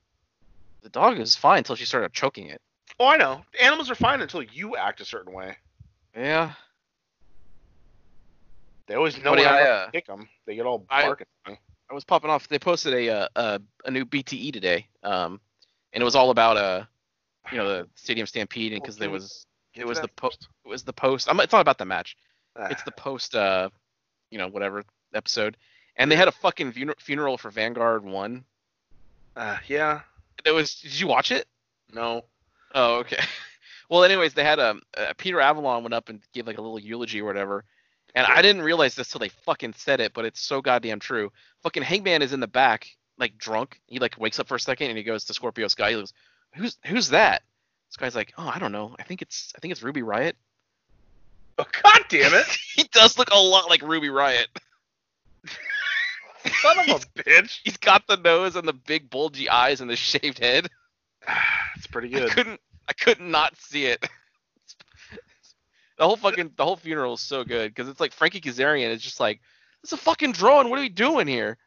Speaker 4: The dog was fine until she started choking it.
Speaker 3: Oh, I know. Animals are fine until you act a certain way.
Speaker 4: Yeah.
Speaker 3: They always know
Speaker 4: What
Speaker 3: when
Speaker 4: do
Speaker 3: I
Speaker 4: I,
Speaker 3: about
Speaker 4: uh,
Speaker 3: to kick them. They get all
Speaker 4: I-
Speaker 3: barking. at me.
Speaker 4: I was popping off. They posted a uh, uh, a new BTE today, um, and it was all about uh, you know, the stadium stampede, and because there was
Speaker 3: Get
Speaker 4: it was
Speaker 3: to
Speaker 4: the
Speaker 3: that
Speaker 4: post.
Speaker 3: first.
Speaker 4: It was the post. I'm, it's not about the match.
Speaker 3: Ah,
Speaker 4: It's the post. Uh, you know, whatever episode, and they had a fucking funer- funeral for Vanguard One.
Speaker 3: ah, yeah.
Speaker 4: That was. Did you watch it?
Speaker 3: No.
Speaker 4: Oh, okay. Well, anyways, they had um, uh, Peter Avalon went up and gave like a little eulogy or whatever, and I didn't realize this till they fucking said it, but it's so goddamn true. Fucking Hangman is in the back, like drunk. He like wakes up for a second and he goes to Scorpio Sky. He goes, "Who's who's that?" This guy's like, "Oh, I don't know. I think it's I think it's Ruby Riot."
Speaker 3: Oh, God damn it!
Speaker 4: he does look a lot like Ruby Riot.
Speaker 3: Son of a bitch.
Speaker 4: He's got the nose and the big bulgy eyes and the shaved head.
Speaker 3: Ah, it's pretty
Speaker 4: I
Speaker 3: good.
Speaker 4: couldn't I could not see it. the whole fucking the whole funeral is so good because it's like Frankie Kazarian is just like it's a fucking drone. What are we doing here?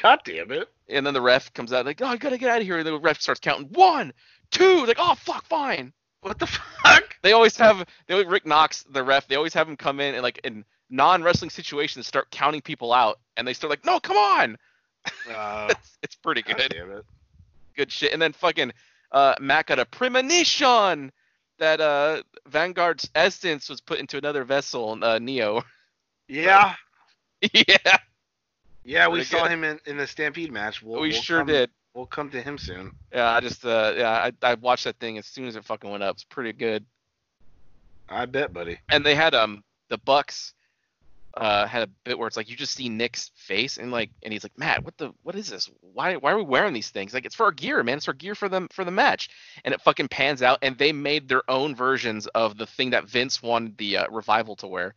Speaker 3: God damn it.
Speaker 4: And then the ref comes out like, oh, I gotta get out of here. And the ref starts counting one, two. Like, oh fuck, fine.
Speaker 3: What the fuck?
Speaker 4: They always have they always, Rick Knox the ref. They always have him come in and like in non wrestling situations start counting people out and they start like, no, come on.
Speaker 3: Uh,
Speaker 4: It's, it's pretty
Speaker 3: God
Speaker 4: good.
Speaker 3: damn it.
Speaker 4: good shit. And then fucking uh, Matt got a premonition that uh, Vanguard's essence was put into another vessel, uh, Neo.
Speaker 3: Yeah.
Speaker 4: yeah,
Speaker 3: Yeah, we
Speaker 4: Pretty
Speaker 3: saw
Speaker 4: good.
Speaker 3: him in, in the Stampede match. We'll,
Speaker 4: we
Speaker 3: we'll
Speaker 4: sure
Speaker 3: come-
Speaker 4: did.
Speaker 3: We'll come to him soon.
Speaker 4: Yeah, I just uh, yeah, I, I watched that thing as soon as it fucking went up. It's pretty good.
Speaker 3: I bet, buddy.
Speaker 4: And they had um the Bucks uh had a bit where it's like you just see Nick's face and like and he's like Matt, what the what is this? Why why are we wearing these things? Like it's for our gear, man. It's our gear for them for the match. And it fucking pans out and they made their own versions of the thing that Vince wanted the uh, revival to wear.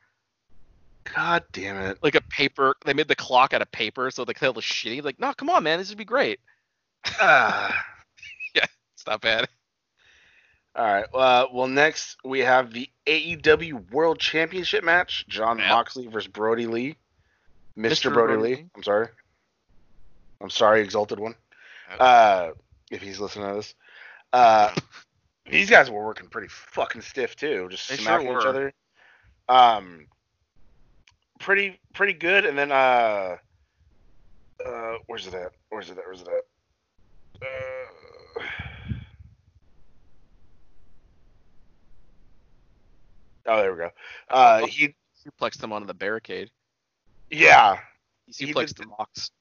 Speaker 3: God damn it.
Speaker 4: like a paper. They made the clock out of paper, so like that was shitty. Like, no, come on, man, this would be great.
Speaker 3: Ah.
Speaker 4: It's not bad.
Speaker 3: All right. Uh, well, next we have the AEW World Championship match: John
Speaker 4: Yeah.
Speaker 3: Moxley versus Brody Lee. Mr.
Speaker 4: Mr.
Speaker 3: Brody,
Speaker 4: Brody
Speaker 3: Lee.
Speaker 4: Lee.
Speaker 3: I'm sorry. I'm sorry, Exalted One.
Speaker 4: Okay.
Speaker 3: Uh, if he's listening to this, uh, these guys were working pretty fucking stiff too, just
Speaker 4: They sure
Speaker 3: smacking each
Speaker 4: were.
Speaker 3: other. Um, pretty pretty good. And then uh, uh, where's it at? Where's it at? Where's it at? Uh, oh, there we go. Uh, he
Speaker 4: Suplexed them onto the barricade.
Speaker 3: yeah
Speaker 4: He
Speaker 3: He
Speaker 4: suplexed
Speaker 3: did-
Speaker 4: the box.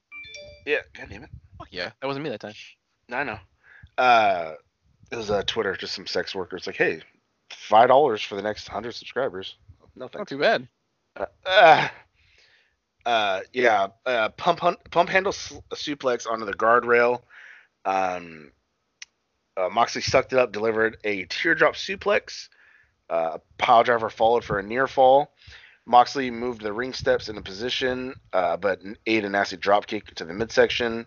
Speaker 3: yeah. God damn it.
Speaker 4: Fuck yeah, that wasn't me that time.
Speaker 3: I know. Uh, it was uh, Twitter, just some sex workers like, hey, five dollars for the next hundred subscribers. No
Speaker 4: Not
Speaker 3: thanks.
Speaker 4: too bad.
Speaker 3: Uh, uh, uh, yeah, uh, pump hun- pump handle s- suplex onto the guardrail. Um, uh, Moxley sucked it up, delivered a teardrop suplex. Uh, pile driver followed for a near fall. Moxley moved the ring steps into position, uh, but ate a nasty dropkick to the midsection.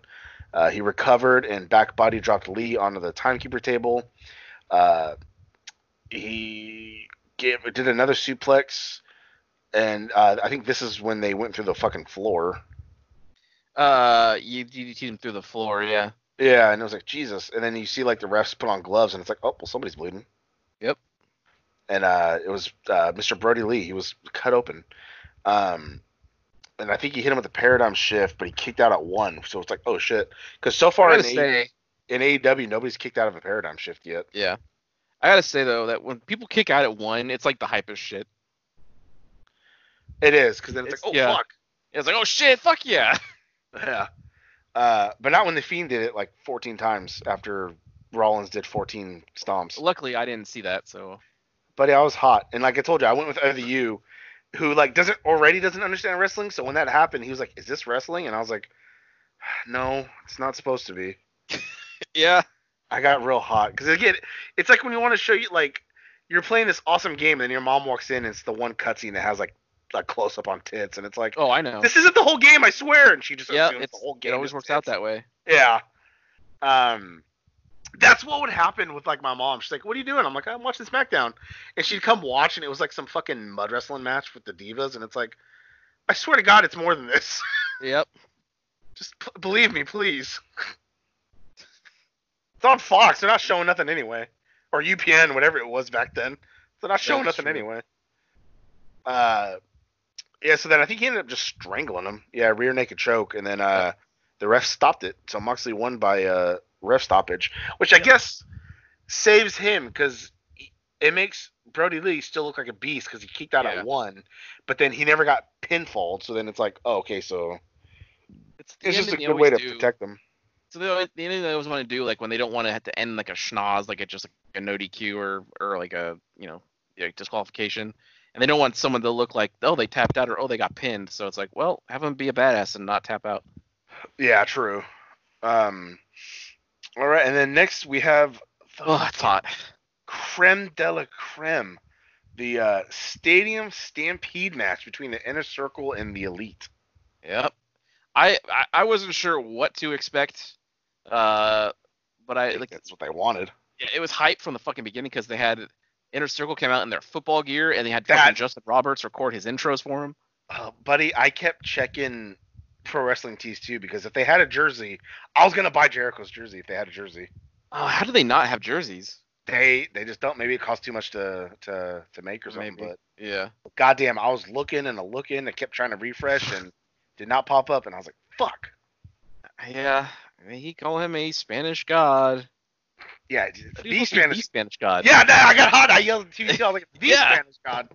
Speaker 3: Uh, he recovered and back body dropped Lee onto the timekeeper table. Uh, he gave, did another suplex, and uh, I think this is when they went through the fucking floor.
Speaker 4: Uh, you you teed him through the floor, yeah.
Speaker 3: Yeah, and it was like Jesus. And then you see like the refs put on gloves, and it's like, oh well, somebody's bleeding.
Speaker 4: Yep.
Speaker 3: And uh, it was uh, Mr. Brody Lee. He was cut open, um, and I think he hit him with a paradigm shift, but he kicked out at one. So it's like, oh shit, because so far in, A- in AEW, nobody's kicked out of a paradigm shift yet.
Speaker 4: yeah. I gotta say though that when people kick out at one, it's like the hypest shit.
Speaker 3: It is because then it's,
Speaker 4: It's-
Speaker 3: like, oh
Speaker 4: yeah.
Speaker 3: fuck,
Speaker 4: It's like, oh shit, fuck yeah.
Speaker 3: yeah. Uh, but not when the Fiend did it like 14 times after Rollins did 14 stomps.
Speaker 4: Luckily, I didn't see that, so
Speaker 3: buddy, I was hot. And like I told you, I went with OVU, who like doesn't already doesn't understand wrestling. So when that happened, he was like, "Is this wrestling?" And I was like, "No, it's not supposed to be."
Speaker 4: Yeah.
Speaker 3: I got real hot because again, it's like when you want to show you like you're playing this awesome game, and then your mom walks in, and it's the one cutscene that has like a close up on tits, and it's like,
Speaker 4: Oh, I know.
Speaker 3: "This isn't the whole game, I swear!" And she just
Speaker 4: yeah,
Speaker 3: assumes
Speaker 4: it's,
Speaker 3: the whole game.
Speaker 4: it always
Speaker 3: is
Speaker 4: works
Speaker 3: tits.
Speaker 4: out that way.
Speaker 3: Yeah. Um, that's what would happen with like my mom. She's like, "What are you doing?" I'm like, "I'm watching SmackDown," and she'd come watch, and it was like some fucking mud wrestling match with the divas, and it's like, I swear to God, it's more than this.
Speaker 4: Yep.
Speaker 3: Just p- believe me, please. it's on Fox. They're not showing nothing anyway, or UPN, whatever it was back then. They're not showing
Speaker 4: That's
Speaker 3: nothing
Speaker 4: true.
Speaker 3: anyway. Uh, yeah. So then I think he ended up just strangling him. Yeah, rear naked choke, and then uh, the ref stopped it. So Moxley won by uh ref stoppage, which I guess saves him because it makes Brody Lee still look like a beast because he kicked out
Speaker 4: Yeah.
Speaker 3: at one, but then he never got pinfalled. So then it's like, oh, okay, so
Speaker 4: It's, the
Speaker 3: it's just a
Speaker 4: ending they
Speaker 3: good way to
Speaker 4: always do.
Speaker 3: protect them.
Speaker 4: So they always, the ending they always want to do, like when they don't want to have to end like a schnoz, like a just like a no DQ or or like a you know like disqualification, and they don't want someone to look like oh they tapped out or oh they got pinned. So it's like well have them be a badass and not tap out.
Speaker 3: Yeah, true. Um, all right, and then next we have
Speaker 4: Oh, it's hot.
Speaker 3: creme de la creme, the uh, stadium stampede match between the inner circle and the elite.
Speaker 4: Yep. I, I I wasn't sure what to expect, uh, but I
Speaker 3: I think
Speaker 4: like
Speaker 3: that's what they wanted.
Speaker 4: Yeah, it was hype from the fucking beginning because they had Inner Circle came out in their football gear and they had
Speaker 3: That-
Speaker 4: fucking Justin Roberts record his intros for him.
Speaker 3: Uh, buddy, I kept checking pro wrestling tees too because if they had a jersey, I was gonna buy Jericho's jersey if they had a jersey.
Speaker 4: Oh, how do they not have jerseys?
Speaker 3: They they just don't. Maybe it costs too much to to to make or something.
Speaker 4: Maybe.
Speaker 3: But
Speaker 4: Yeah.
Speaker 3: goddamn, I was looking and a looking. I kept trying to refresh and did not pop up. And I was like, fuck.
Speaker 4: Uh, Yeah. I mean, he call him a Spanish god.
Speaker 3: Yeah,
Speaker 4: He's
Speaker 3: the
Speaker 4: supposed to be
Speaker 3: Spanish.
Speaker 4: The Spanish god.
Speaker 3: Yeah, no, I got hot. I yelled at you. I was like, the
Speaker 4: Yeah.
Speaker 3: Spanish God.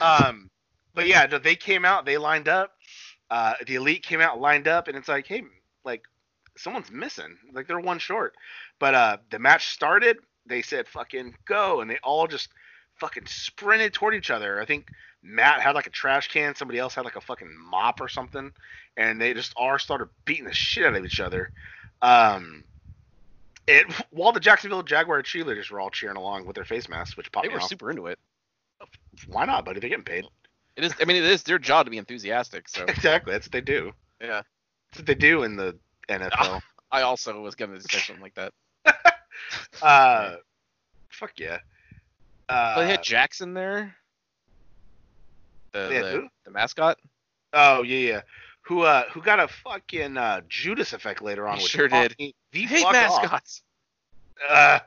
Speaker 3: Um, but yeah, no, they came out. They lined up. Uh, the elite came out, lined up, and it's like, hey, like someone's missing. Like they're one short. But uh, the match started. They said, fucking go, and they all just fucking sprinted toward each other. I think Matt had like a trash can. Somebody else had like a fucking mop or something, and they just all started beating the shit out of each other. Um, it while the Jacksonville Jaguar cheerleaders were all cheering along with their face masks, which popped
Speaker 4: They
Speaker 3: me
Speaker 4: were
Speaker 3: off.
Speaker 4: super into it.
Speaker 3: Why not, buddy? They're getting paid.
Speaker 4: It is. I mean, it is their job to be enthusiastic. So
Speaker 3: Exactly. That's what they do.
Speaker 4: yeah.
Speaker 3: That's what they do in the NFL.
Speaker 4: I also was gonna say something like that.
Speaker 3: uh, fuck yeah. Uh,
Speaker 4: But they had Jackson there. The,
Speaker 3: Uh, they had
Speaker 4: the,
Speaker 3: who?
Speaker 4: the mascot.
Speaker 3: oh yeah, yeah. Who uh who got a fucking uh, Judas effect later on?
Speaker 4: He
Speaker 3: which
Speaker 4: sure
Speaker 3: popped
Speaker 4: did.
Speaker 3: me
Speaker 4: I
Speaker 3: The
Speaker 4: hate
Speaker 3: fuck off.
Speaker 4: mascots.
Speaker 3: uh,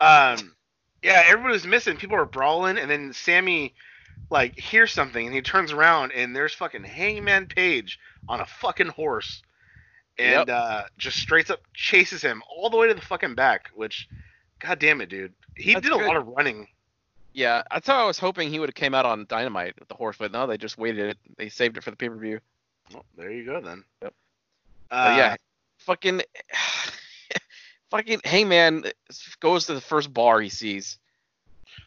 Speaker 3: um, yeah, everybody was missing. People were brawling, and then Sammy like hears something, and he turns around, and there's fucking Hangman Page on a fucking horse, and
Speaker 4: Yep.
Speaker 3: uh, just straight up chases him all the way to the fucking back. Which, god damn it, dude, he
Speaker 4: That's
Speaker 3: did a
Speaker 4: good.
Speaker 3: lot of running.
Speaker 4: Yeah, that's how I was hoping he would have came out on Dynamite with the horse, but no, they just waited it. They saved it for the pay per view.
Speaker 3: Well, there you go then.
Speaker 4: Yep.
Speaker 3: Uh,
Speaker 4: yeah, fucking, fucking Hangman goes to the first bar he sees.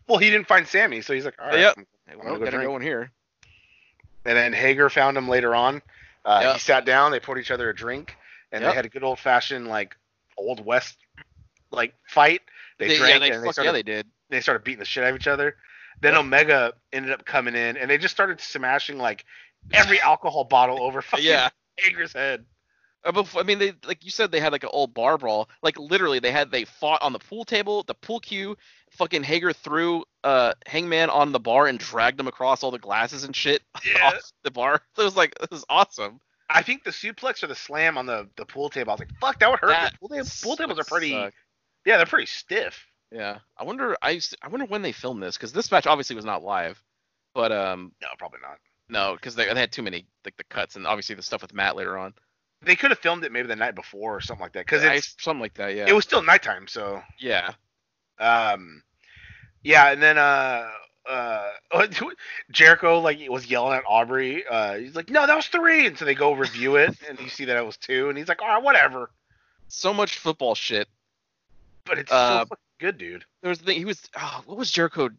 Speaker 3: Well, he didn't find Sammy, so he's like, all right.
Speaker 4: Yep.
Speaker 3: I'm
Speaker 4: Well,
Speaker 3: gonna
Speaker 4: we
Speaker 3: go
Speaker 4: gotta
Speaker 3: drink.
Speaker 4: go in here.
Speaker 3: And then Hager found him later on. Uh,
Speaker 4: Yeah.
Speaker 3: He sat down. They poured each other a drink, and
Speaker 4: Yep.
Speaker 3: they had a good old fashioned like old west like fight. They,
Speaker 4: yeah,
Speaker 3: drank
Speaker 4: they,
Speaker 3: and they
Speaker 4: fuck
Speaker 3: started,
Speaker 4: yeah, they did.
Speaker 3: they started beating the shit out of each other. Then Omega ended up coming in, and they just started smashing like every alcohol bottle over fucking
Speaker 4: Yeah.
Speaker 3: Hager's head.
Speaker 4: Uh, bef- I mean, they like you said, they had like an old bar brawl. Like literally, they had they fought on the pool table, the pool cue. Fucking Hager threw uh Hangman on the bar and dragged him across all the glasses and shit
Speaker 3: Yeah.
Speaker 4: off the bar. It was like this is awesome.
Speaker 3: I think the suplex or the slam on the, the pool table. I was like, fuck, that would hurt. 'cause
Speaker 4: That
Speaker 3: pool, tab- pool tables are pretty.
Speaker 4: sucked.
Speaker 3: Yeah, they're pretty stiff.
Speaker 4: Yeah, I wonder. I s- I wonder when they filmed this because this match obviously was not live, but um
Speaker 3: No, probably not.
Speaker 4: no because they, they had too many like the cuts and obviously the stuff with Matt later on.
Speaker 3: They could have filmed it maybe the night before or something like that because
Speaker 4: I-
Speaker 3: it's
Speaker 4: something like that. Yeah.
Speaker 3: it was still nighttime, so
Speaker 4: yeah.
Speaker 3: Um, yeah, and then uh, uh, Jericho like was yelling at Aubrey. Uh, he's like, "No, that was three. and so they go review it, and you see that it was two, and he's like, "All right, whatever."
Speaker 4: So much football shit.
Speaker 3: But it's
Speaker 4: Uh,
Speaker 3: so fucking good, dude.
Speaker 4: There was the thing he was. Oh, what was Jericho?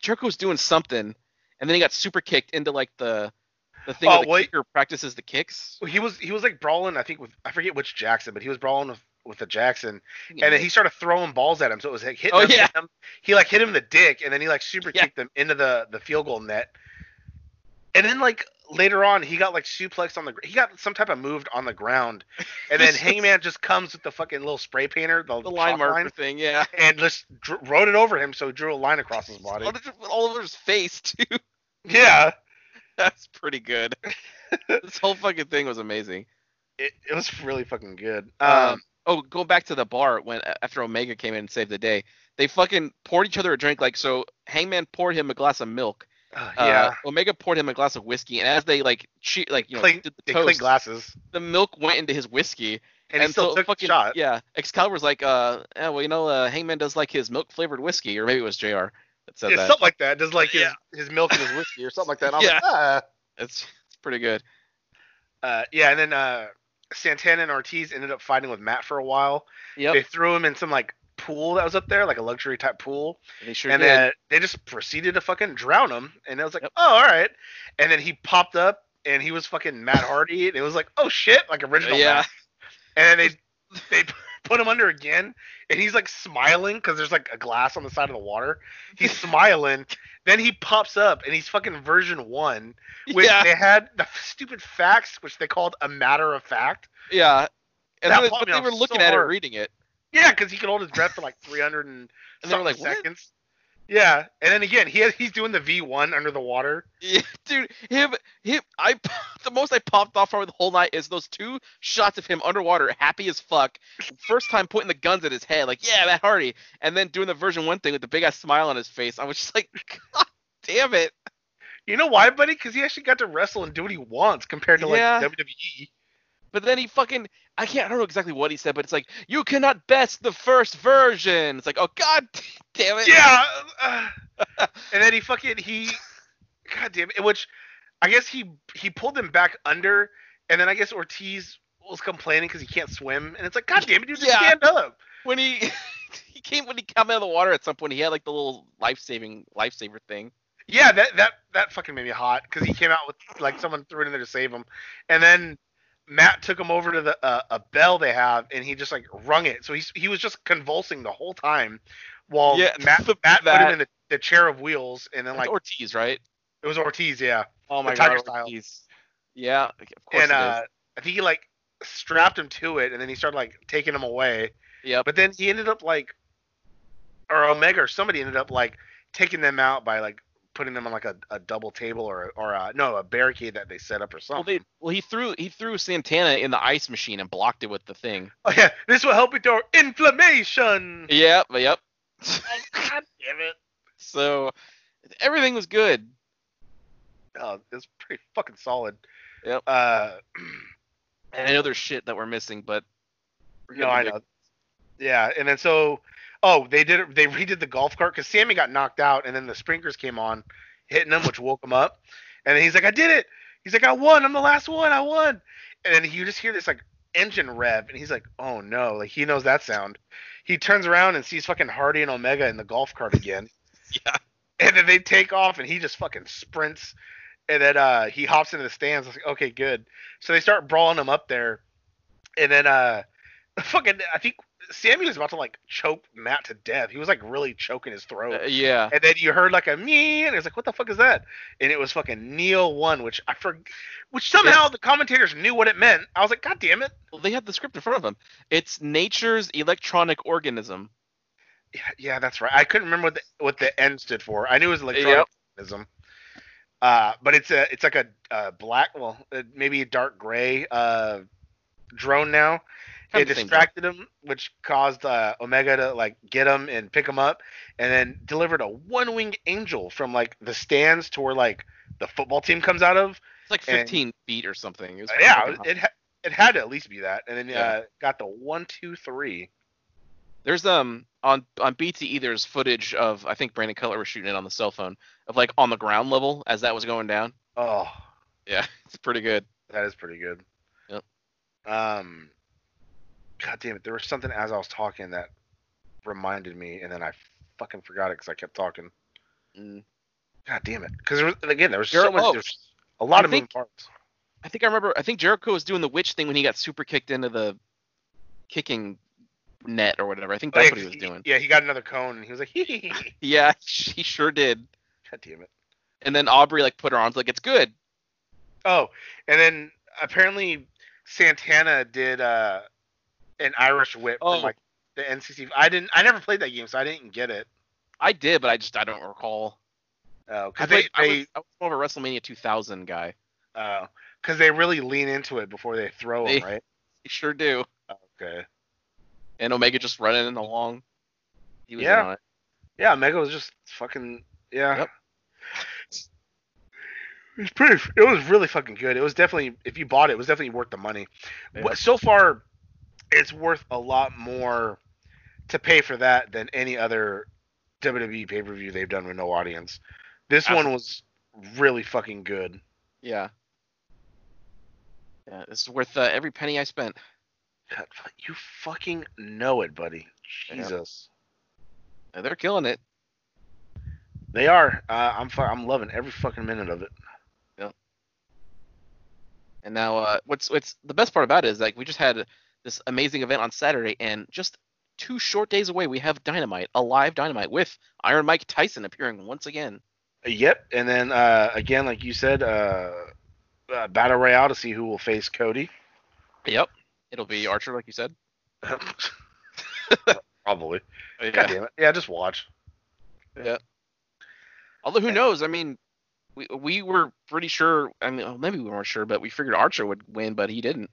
Speaker 4: Jericho was doing something, and then he got super kicked into like the the thing
Speaker 3: Oh,
Speaker 4: where the
Speaker 3: wait.
Speaker 4: kicker practices the kicks.
Speaker 3: He was he was like brawling. I think with I forget which Jackson, but he was brawling with with the Jackson,
Speaker 4: Yeah.
Speaker 3: and then he started throwing balls at him. So it was like hitting
Speaker 4: Oh,
Speaker 3: him,
Speaker 4: yeah.
Speaker 3: hitting him. He like hit him in the dick, and then he like super
Speaker 4: Yeah.
Speaker 3: kicked him into the the field goal net. And then like later on, he got like suplexed on the gr- he got some type of moved on the ground, and then
Speaker 4: This is-
Speaker 3: Hangman just comes with the fucking little spray painter, the,
Speaker 4: the line
Speaker 3: chalk
Speaker 4: marker thing, yeah.
Speaker 3: and just dr- wrote it over him, so he drew a line across his body.
Speaker 4: All over his face too.
Speaker 3: Yeah,
Speaker 4: That's pretty good. this whole fucking thing was amazing.
Speaker 3: it, it was really fucking good.
Speaker 4: Um,
Speaker 3: Um,
Speaker 4: oh, go back to the bar when after Omega came in and saved the day. They fucking poured each other a drink. Like so, Hangman poured him a glass of milk.
Speaker 3: uh,
Speaker 4: uh,
Speaker 3: yeah,
Speaker 4: Omega poured him a glass of whiskey, and as they like, che- like you know,
Speaker 3: Clink-
Speaker 4: did the
Speaker 3: they cleaned
Speaker 4: toast,
Speaker 3: glasses,
Speaker 4: the milk went into his whiskey,
Speaker 3: and, he still
Speaker 4: so
Speaker 3: took
Speaker 4: fucking
Speaker 3: the shot.
Speaker 4: yeah. Excalibur's like, uh, eh, well, you know, uh, Hangman does like his milk flavored whiskey, or maybe it was Jr. that said
Speaker 3: It's
Speaker 4: that.
Speaker 3: something like that. Just like his,
Speaker 4: Yeah.
Speaker 3: his milk and his whiskey or something like that. And I'm
Speaker 4: Yeah.
Speaker 3: like, ah.
Speaker 4: It's it's pretty good.
Speaker 3: Uh, yeah, and then uh, Santana and Ortiz ended up fighting with Matt for a while.
Speaker 4: Yep.
Speaker 3: They threw him in some like pool that was up there, like a luxury type pool,
Speaker 4: They sure
Speaker 3: and
Speaker 4: did.
Speaker 3: then they just proceeded to fucking drown him. And I was like,
Speaker 4: Yep.
Speaker 3: oh, all right. And then he popped up. And he was fucking Matt Hardy, and it was like, oh shit, like original.
Speaker 4: yeah.
Speaker 3: Matt. And then they they put him under again, and he's like smiling because there's like a glass on the side of the water. He's smiling. then he pops up, and he's fucking version one, which
Speaker 4: yeah.
Speaker 3: they had the stupid facts, which they called a matter of fact.
Speaker 4: Yeah. And
Speaker 3: That
Speaker 4: then,
Speaker 3: bummed
Speaker 4: but
Speaker 3: me
Speaker 4: they
Speaker 3: out
Speaker 4: were
Speaker 3: so
Speaker 4: looking at it,
Speaker 3: hard.
Speaker 4: reading it.
Speaker 3: Yeah, because he could hold his breath for like 300 and,
Speaker 4: And they were
Speaker 3: something
Speaker 4: like, what?
Speaker 3: seconds. Yeah, and then again, he has, he's doing the V1 under the water.
Speaker 4: Yeah, dude, him, him, I, the most I popped off for the whole night is those two shots of him underwater, happy as fuck. First time putting the guns at his head, like, yeah, Matt Hardy. And then doing the version one thing with the big ass smile on his face. I was just like, God damn it.
Speaker 3: You know why, buddy? Because he actually got to wrestle and do what he wants compared to like E.
Speaker 4: Yeah.
Speaker 3: WWE.
Speaker 4: But then he fucking, I can't, I don't know exactly what he said, but it's like, you cannot best the first version. It's like, oh, God damn it.
Speaker 3: Yeah. uh, and then he fucking he, god damn it. Which I guess he he pulled him back under, and then I guess Ortiz was complaining because he can't swim, and it's like god damn it, dude, just
Speaker 4: Yeah.
Speaker 3: stand up.
Speaker 4: When he, he came, when he came out of the water at some point, he had like the little life saving, lifesaver thing.
Speaker 3: Yeah, that that that fucking made me hot because he came out with like someone threw it in there to save him, and then Matt took him over to the uh, a bell they have, and he just like rung it. So he he was just convulsing the whole time, while
Speaker 4: Yeah,
Speaker 3: Matt
Speaker 4: the-
Speaker 3: Matt put
Speaker 4: that-
Speaker 3: him in the, the chair of wheels, and then
Speaker 4: That's
Speaker 3: like
Speaker 4: Ortiz, right?
Speaker 3: it was Ortiz, yeah.
Speaker 4: Oh
Speaker 3: The
Speaker 4: my
Speaker 3: Tiger
Speaker 4: god,
Speaker 3: style.
Speaker 4: Ortiz. Yeah, of course
Speaker 3: and
Speaker 4: it
Speaker 3: uh,
Speaker 4: is.
Speaker 3: I think he like strapped him to it, and then he started like taking him away.
Speaker 4: Yep.
Speaker 3: But then he ended up like, or Omega or somebody ended up like taking them out by like putting them on like a, a double table or or uh, no a barricade that they set up or
Speaker 4: Well,
Speaker 3: something.
Speaker 4: they, well, he threw he threw Santana in the ice machine and blocked it with the thing.
Speaker 3: Oh yeah, this will help with your inflammation.
Speaker 4: Yep, yep.
Speaker 3: Like, God damn it!
Speaker 4: so everything was good.
Speaker 3: Oh, it's pretty fucking solid.
Speaker 4: Yep.
Speaker 3: Uh,
Speaker 4: And I know there's shit that we're missing, but we're
Speaker 3: no,
Speaker 4: gonna
Speaker 3: I
Speaker 4: be-
Speaker 3: know. Yeah, and then so, oh, they did it. They redid the golf cart because Sammy got knocked out, and then the sprinklers came on, hitting him, which woke him up. And then he's like, "I did it." He's like, "I won. I'm the last one. I won." And then you just hear this like engine rev, and he's like, "Oh no!" Like he knows that sound. He turns around and sees fucking Hardy and Omega in the golf cart again.
Speaker 4: Yeah.
Speaker 3: And then they take off, and he just fucking sprints. And then uh, he hops into the stands. I was like, "Okay, good." So they start brawling him up there, and then uh, fucking, I think Sammy was about to like choke Matt to death. He was like really choking his throat.
Speaker 4: Uh, yeah.
Speaker 3: And then you heard like a me, and it was like, what the fuck is that? And it was fucking Neo One, which I for, which somehow the commentators knew what it meant. I was like, God damn it!
Speaker 4: Well, they had the script in front of them. It's nature's electronic organism.
Speaker 3: Yeah, yeah, that's right. I couldn't remember what the, what the N stood for. I knew it was
Speaker 4: Yep.
Speaker 3: electronicism. Uh, but it's a it's like a, uh black, well, uh, maybe a dark gray uh drone now. it
Speaker 4: Kind of the same
Speaker 3: distracted him, which caused uh, Omega to like get him and pick him up, and then delivered a one winged angel from like the stands to where like the football team comes out of.
Speaker 4: thing. It's like
Speaker 3: and-
Speaker 4: 15 feet or something. It was
Speaker 3: Uh, yeah,
Speaker 4: fucking-
Speaker 3: it ha- it had to at least be that, and then uh,
Speaker 4: Yeah.
Speaker 3: got the one two three.
Speaker 4: There's um on on BTE there's footage of I think Brandon Cutler was shooting it on the cell phone of like on the ground level as that was going down.
Speaker 3: Oh,
Speaker 4: Yeah, it's pretty good.
Speaker 3: that is pretty good.
Speaker 4: Yep.
Speaker 3: Um, god damn it, there was something as I was talking that reminded me, and then I fucking forgot it because I kept talking.
Speaker 4: Mm.
Speaker 3: God damn it! Because there was, and again, there was
Speaker 4: There-
Speaker 3: so much.
Speaker 4: oh,
Speaker 3: there's a lot
Speaker 4: I
Speaker 3: of moving
Speaker 4: think-
Speaker 3: parts.
Speaker 4: I think I remember. I think Jericho was doing the witch thing when he got super kicked into the kicking net or whatever. I think that's
Speaker 3: Like,
Speaker 4: what he was doing.
Speaker 3: Yeah, he got another cone, and he was like, "Hee-hee-hee."
Speaker 4: Yeah, he sure did.
Speaker 3: God damn it!
Speaker 4: And then Aubrey like put her arms like it's good.
Speaker 3: Oh, and then apparently Santana did uh, an Irish whip
Speaker 4: Oh.
Speaker 3: from like the NCC. I didn't. I never played that game, so I didn't get it.
Speaker 4: I did, but I just I don't recall.
Speaker 3: Because
Speaker 4: I,
Speaker 3: Oh, they,
Speaker 4: played, I,
Speaker 3: they
Speaker 4: was, I was more of a WrestleMania 2000 guy.
Speaker 3: because Oh, they really lean into it before they throw
Speaker 4: They-
Speaker 3: him, right?
Speaker 4: They sure do.
Speaker 3: Okay.
Speaker 4: And Omega just running along. He was in
Speaker 3: Yeah.
Speaker 4: on it.
Speaker 3: Yeah, Mega was just fucking yeah.
Speaker 4: Yep.
Speaker 3: It was pretty. It was really fucking good. It was definitely if you bought it, it was definitely worth the money.
Speaker 4: Yeah.
Speaker 3: Wha- So far, it's worth a lot more to pay for that than any other WWE pay per view they've done with no audience. This one was really fucking good.
Speaker 4: Yeah. Yeah, it's worth uh, every penny I spent.
Speaker 3: God, fu- you fucking know it, buddy.
Speaker 4: Yeah.
Speaker 3: Jesus,
Speaker 4: Uh, They're killing it.
Speaker 3: they are. Uh, I'm fu- I'm loving every fucking minute of it.
Speaker 4: And now, uh, what's what's the best part about it is like we just had this amazing event on Saturday, and just two short days away, we have Dynamite, a live Dynamite with Iron Mike Tyson appearing once again.
Speaker 3: Yep, and then uh, again, like you said, uh, uh, battle royale to see who will face Cody.
Speaker 4: Yep, it'll be Archer, like you said.
Speaker 3: Probably. God
Speaker 4: Oh, Yeah.
Speaker 3: damn it. Yeah, just watch.
Speaker 4: Although who knows? I mean, we we were pretty sure. I mean, well, maybe we weren't sure, but we figured Archer would win, but he didn't.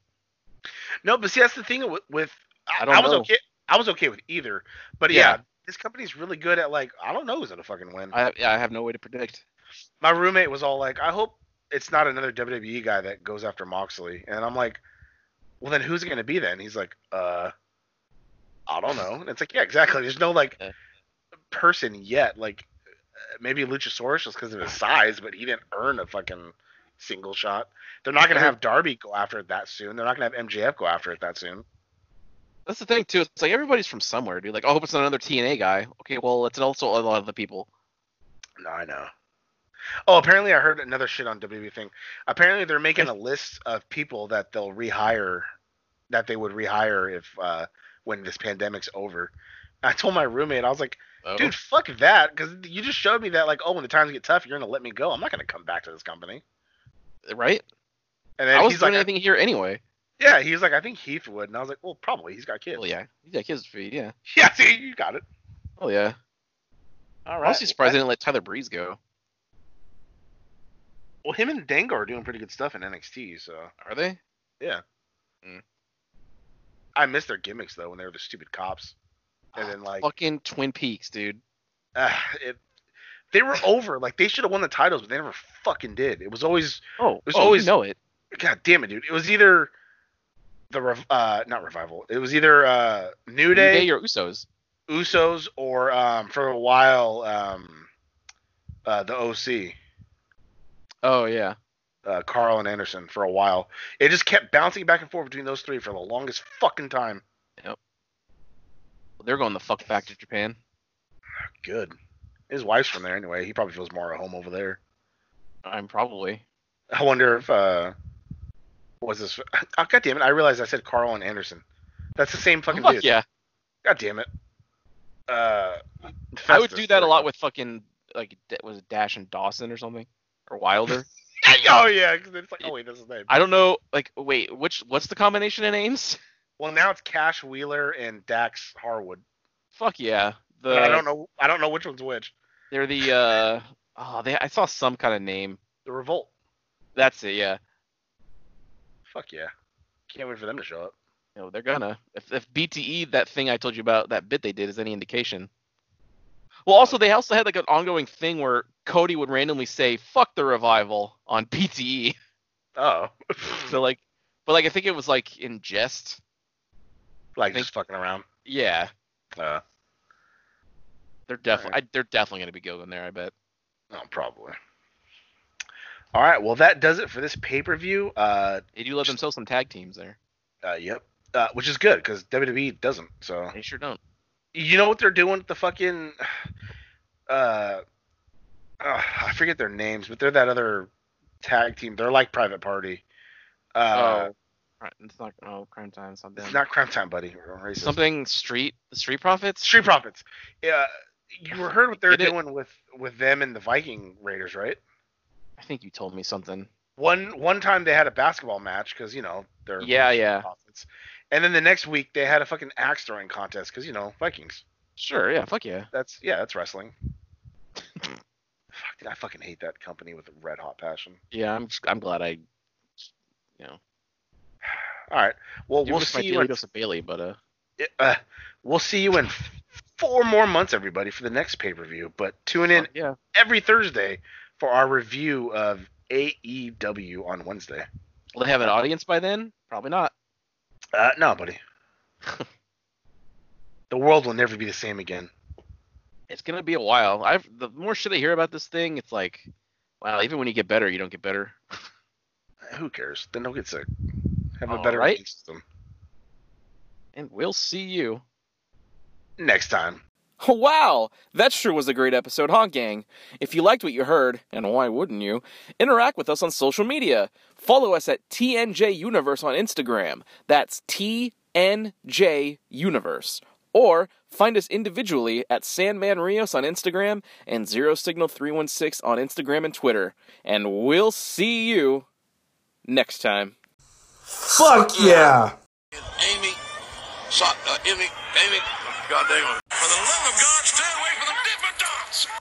Speaker 3: No, but see, that's the thing with, with I,
Speaker 4: I don't
Speaker 3: I was
Speaker 4: know.
Speaker 3: okay. I was okay with either, but yeah.
Speaker 4: Yeah.
Speaker 3: this company's really good at like I don't know who's gonna fucking win.
Speaker 4: I yeah, I have no way to predict.
Speaker 3: My roommate was all like, I hope it's not another WWE guy that goes after Moxley, and I'm like, well then who's it gonna be then? He's like, uh, I don't know. And it's like, yeah, exactly. There's no like
Speaker 4: Yeah.
Speaker 3: person yet. Like uh, maybe Luchasaurus just because of his size, but he didn't earn a fucking single shot. They're not gonna have Darby go after it that soon. They're not gonna have MJF go after it that soon.
Speaker 4: That's the thing too. It's like everybody's from somewhere, dude. Like, I hope it's not another TNA guy. Okay, well, it's also a lot of the people.
Speaker 3: No, I know. Oh, apparently I heard another shit on WWE thing. Apparently they're making a list of people that they'll rehire, that they would rehire if uh, when this pandemic's over. I told my roommate, I was like,
Speaker 4: Oh.
Speaker 3: dude, fuck that, because you just showed me that like, oh, when the times get tough, you're gonna let me go. I'm not gonna come back to this company.
Speaker 4: right?
Speaker 3: And
Speaker 4: I
Speaker 3: then
Speaker 4: wasn't
Speaker 3: he's like,
Speaker 4: doing anything here anyway.
Speaker 3: yeah, he was like, I think Heath would, and I was like, well, probably, he's got kids.
Speaker 4: Well, yeah, yeah, kids feed, yeah.
Speaker 3: Yeah, see, you got it.
Speaker 4: Oh yeah.
Speaker 3: All
Speaker 4: I'm
Speaker 3: right.
Speaker 4: Honestly, surprised they didn't let Tyler Breeze go.
Speaker 3: Well, him and Dango are doing pretty good stuff in NXT, so
Speaker 4: Are they?
Speaker 3: I miss their gimmicks though when they were the stupid cops. And then like
Speaker 4: Fucking Twin Peaks, dude.
Speaker 3: uh, it, they were over. Like they should have won the titles, but they never fucking did. It was always
Speaker 4: Oh,
Speaker 3: was
Speaker 4: oh,
Speaker 3: always-
Speaker 4: you know it.
Speaker 3: God damn it, dude. It was either the rev- uh not revival. It was either uh New
Speaker 4: New
Speaker 3: Day,
Speaker 4: Day or Usos.
Speaker 3: Usos, or um for a while um uh the OC.
Speaker 4: Oh yeah.
Speaker 3: Uh, Carl and Anderson for a while. It just kept bouncing back and forth between those three for the longest fucking time.
Speaker 4: Well, they're going the fuck back to Japan.
Speaker 3: Good. His wife's from there anyway. He probably feels more at home over there.
Speaker 4: I'm probably.
Speaker 3: I wonder if uh was this oh, god damn it, I realized I said Carl and Anderson. That's the same fucking
Speaker 4: Fuck
Speaker 3: dude.
Speaker 4: yeah.
Speaker 3: God damn it. Uh
Speaker 4: I would
Speaker 3: Festus,
Speaker 4: do that
Speaker 3: there
Speaker 4: a
Speaker 3: we
Speaker 4: lot
Speaker 3: go.
Speaker 4: with fucking like D- was it Dash and Dawson or something or Wilder.
Speaker 3: Oh yeah, 'cause it's like oh wait, that's his name.
Speaker 4: I don't know. Like wait, which what's the combination of names?
Speaker 3: Well now it's Cash Wheeler and Dax Harwood.
Speaker 4: Fuck yeah. The
Speaker 3: But I don't know I don't know which one's which.
Speaker 4: they're the uh oh they I saw some kind of name.
Speaker 3: The revolt.
Speaker 4: That's it. Yeah.
Speaker 3: Fuck yeah. Can't wait for them to show up.
Speaker 4: you know, they're gonna. If, if BTE, that thing I told you about, that bit they did, is any indication. Well, also they also had like an ongoing thing where Cody would randomly say "fuck the revival" on BTE.
Speaker 3: Oh.
Speaker 4: So like, but like I think it was like in jest.
Speaker 3: like
Speaker 4: think-
Speaker 3: just fucking around.
Speaker 4: Yeah,
Speaker 3: Uh
Speaker 4: they're definitely
Speaker 3: Alright.
Speaker 4: I they're definitely gonna be going there. I bet.
Speaker 3: no, oh, probably. All right, well that does it for this pay-per-view. Uh
Speaker 4: They do let themselves some tag teams there.
Speaker 3: Uh, yep. Uh, which is good because WWE doesn't. E So
Speaker 4: They sure don't.
Speaker 3: you know what they're doing? with The fucking uh, uh, I forget their names, but they're that other tag team. They're like Private Party. Uh,
Speaker 4: oh, Cri- it's not. Oh, crime time something.
Speaker 3: It's not Crime Time, buddy. We're racist.
Speaker 4: something street. The street profits.
Speaker 3: Street Profits. Yeah, you were heard what they're
Speaker 4: Get it?
Speaker 3: doing with with them and the Viking Raiders, right?
Speaker 4: I think you told me something.
Speaker 3: One one time they had a basketball match because you know they're
Speaker 4: Yeah, yeah.
Speaker 3: Profits. And then the next week they had a fucking axe throwing contest because you know Vikings.
Speaker 4: Sure. Yeah. Fuck yeah.
Speaker 3: That's yeah, that's wrestling. Fuck, dude, I fucking hate that company with a red hot passion.
Speaker 4: Yeah. I'm. I'm glad I. You know.
Speaker 3: All right, well
Speaker 4: do
Speaker 3: we'll
Speaker 4: miss my
Speaker 3: see you
Speaker 4: daily
Speaker 3: in
Speaker 4: dose of Bailey, but uh.
Speaker 3: uh, we'll see you in f- four more months, everybody, for the next pay per view. But tune in
Speaker 4: yeah.
Speaker 3: every Thursday for our review of AEW on Wednesday.
Speaker 4: Will they have an audience by then? Probably not.
Speaker 3: Uh, no, buddy. the world will never be the same again.
Speaker 4: It's gonna be a while. I've the more shit I hear about this thing, it's like, wow. Even when you get better, you don't get better.
Speaker 3: Who cares? Then don't get sick. Have a
Speaker 4: All
Speaker 3: better
Speaker 4: right.
Speaker 3: immune system
Speaker 4: And we'll see you.
Speaker 3: next time.
Speaker 5: Wow, that sure was a great episode, huh, gang? If you liked what you heard, and why wouldn't you, interact with us on social media. Follow us at TNJ Universe on Instagram. That's TNJ Universe. Or find us individually at Sandman Rios on Instagram and Zero Signal 316 on Instagram and Twitter. And we'll see you next time.
Speaker 2: Fuck yeah.
Speaker 6: Amy, so, uh, Amy, Amy, God dang it. For the love of God, stay away from the dippin' dots!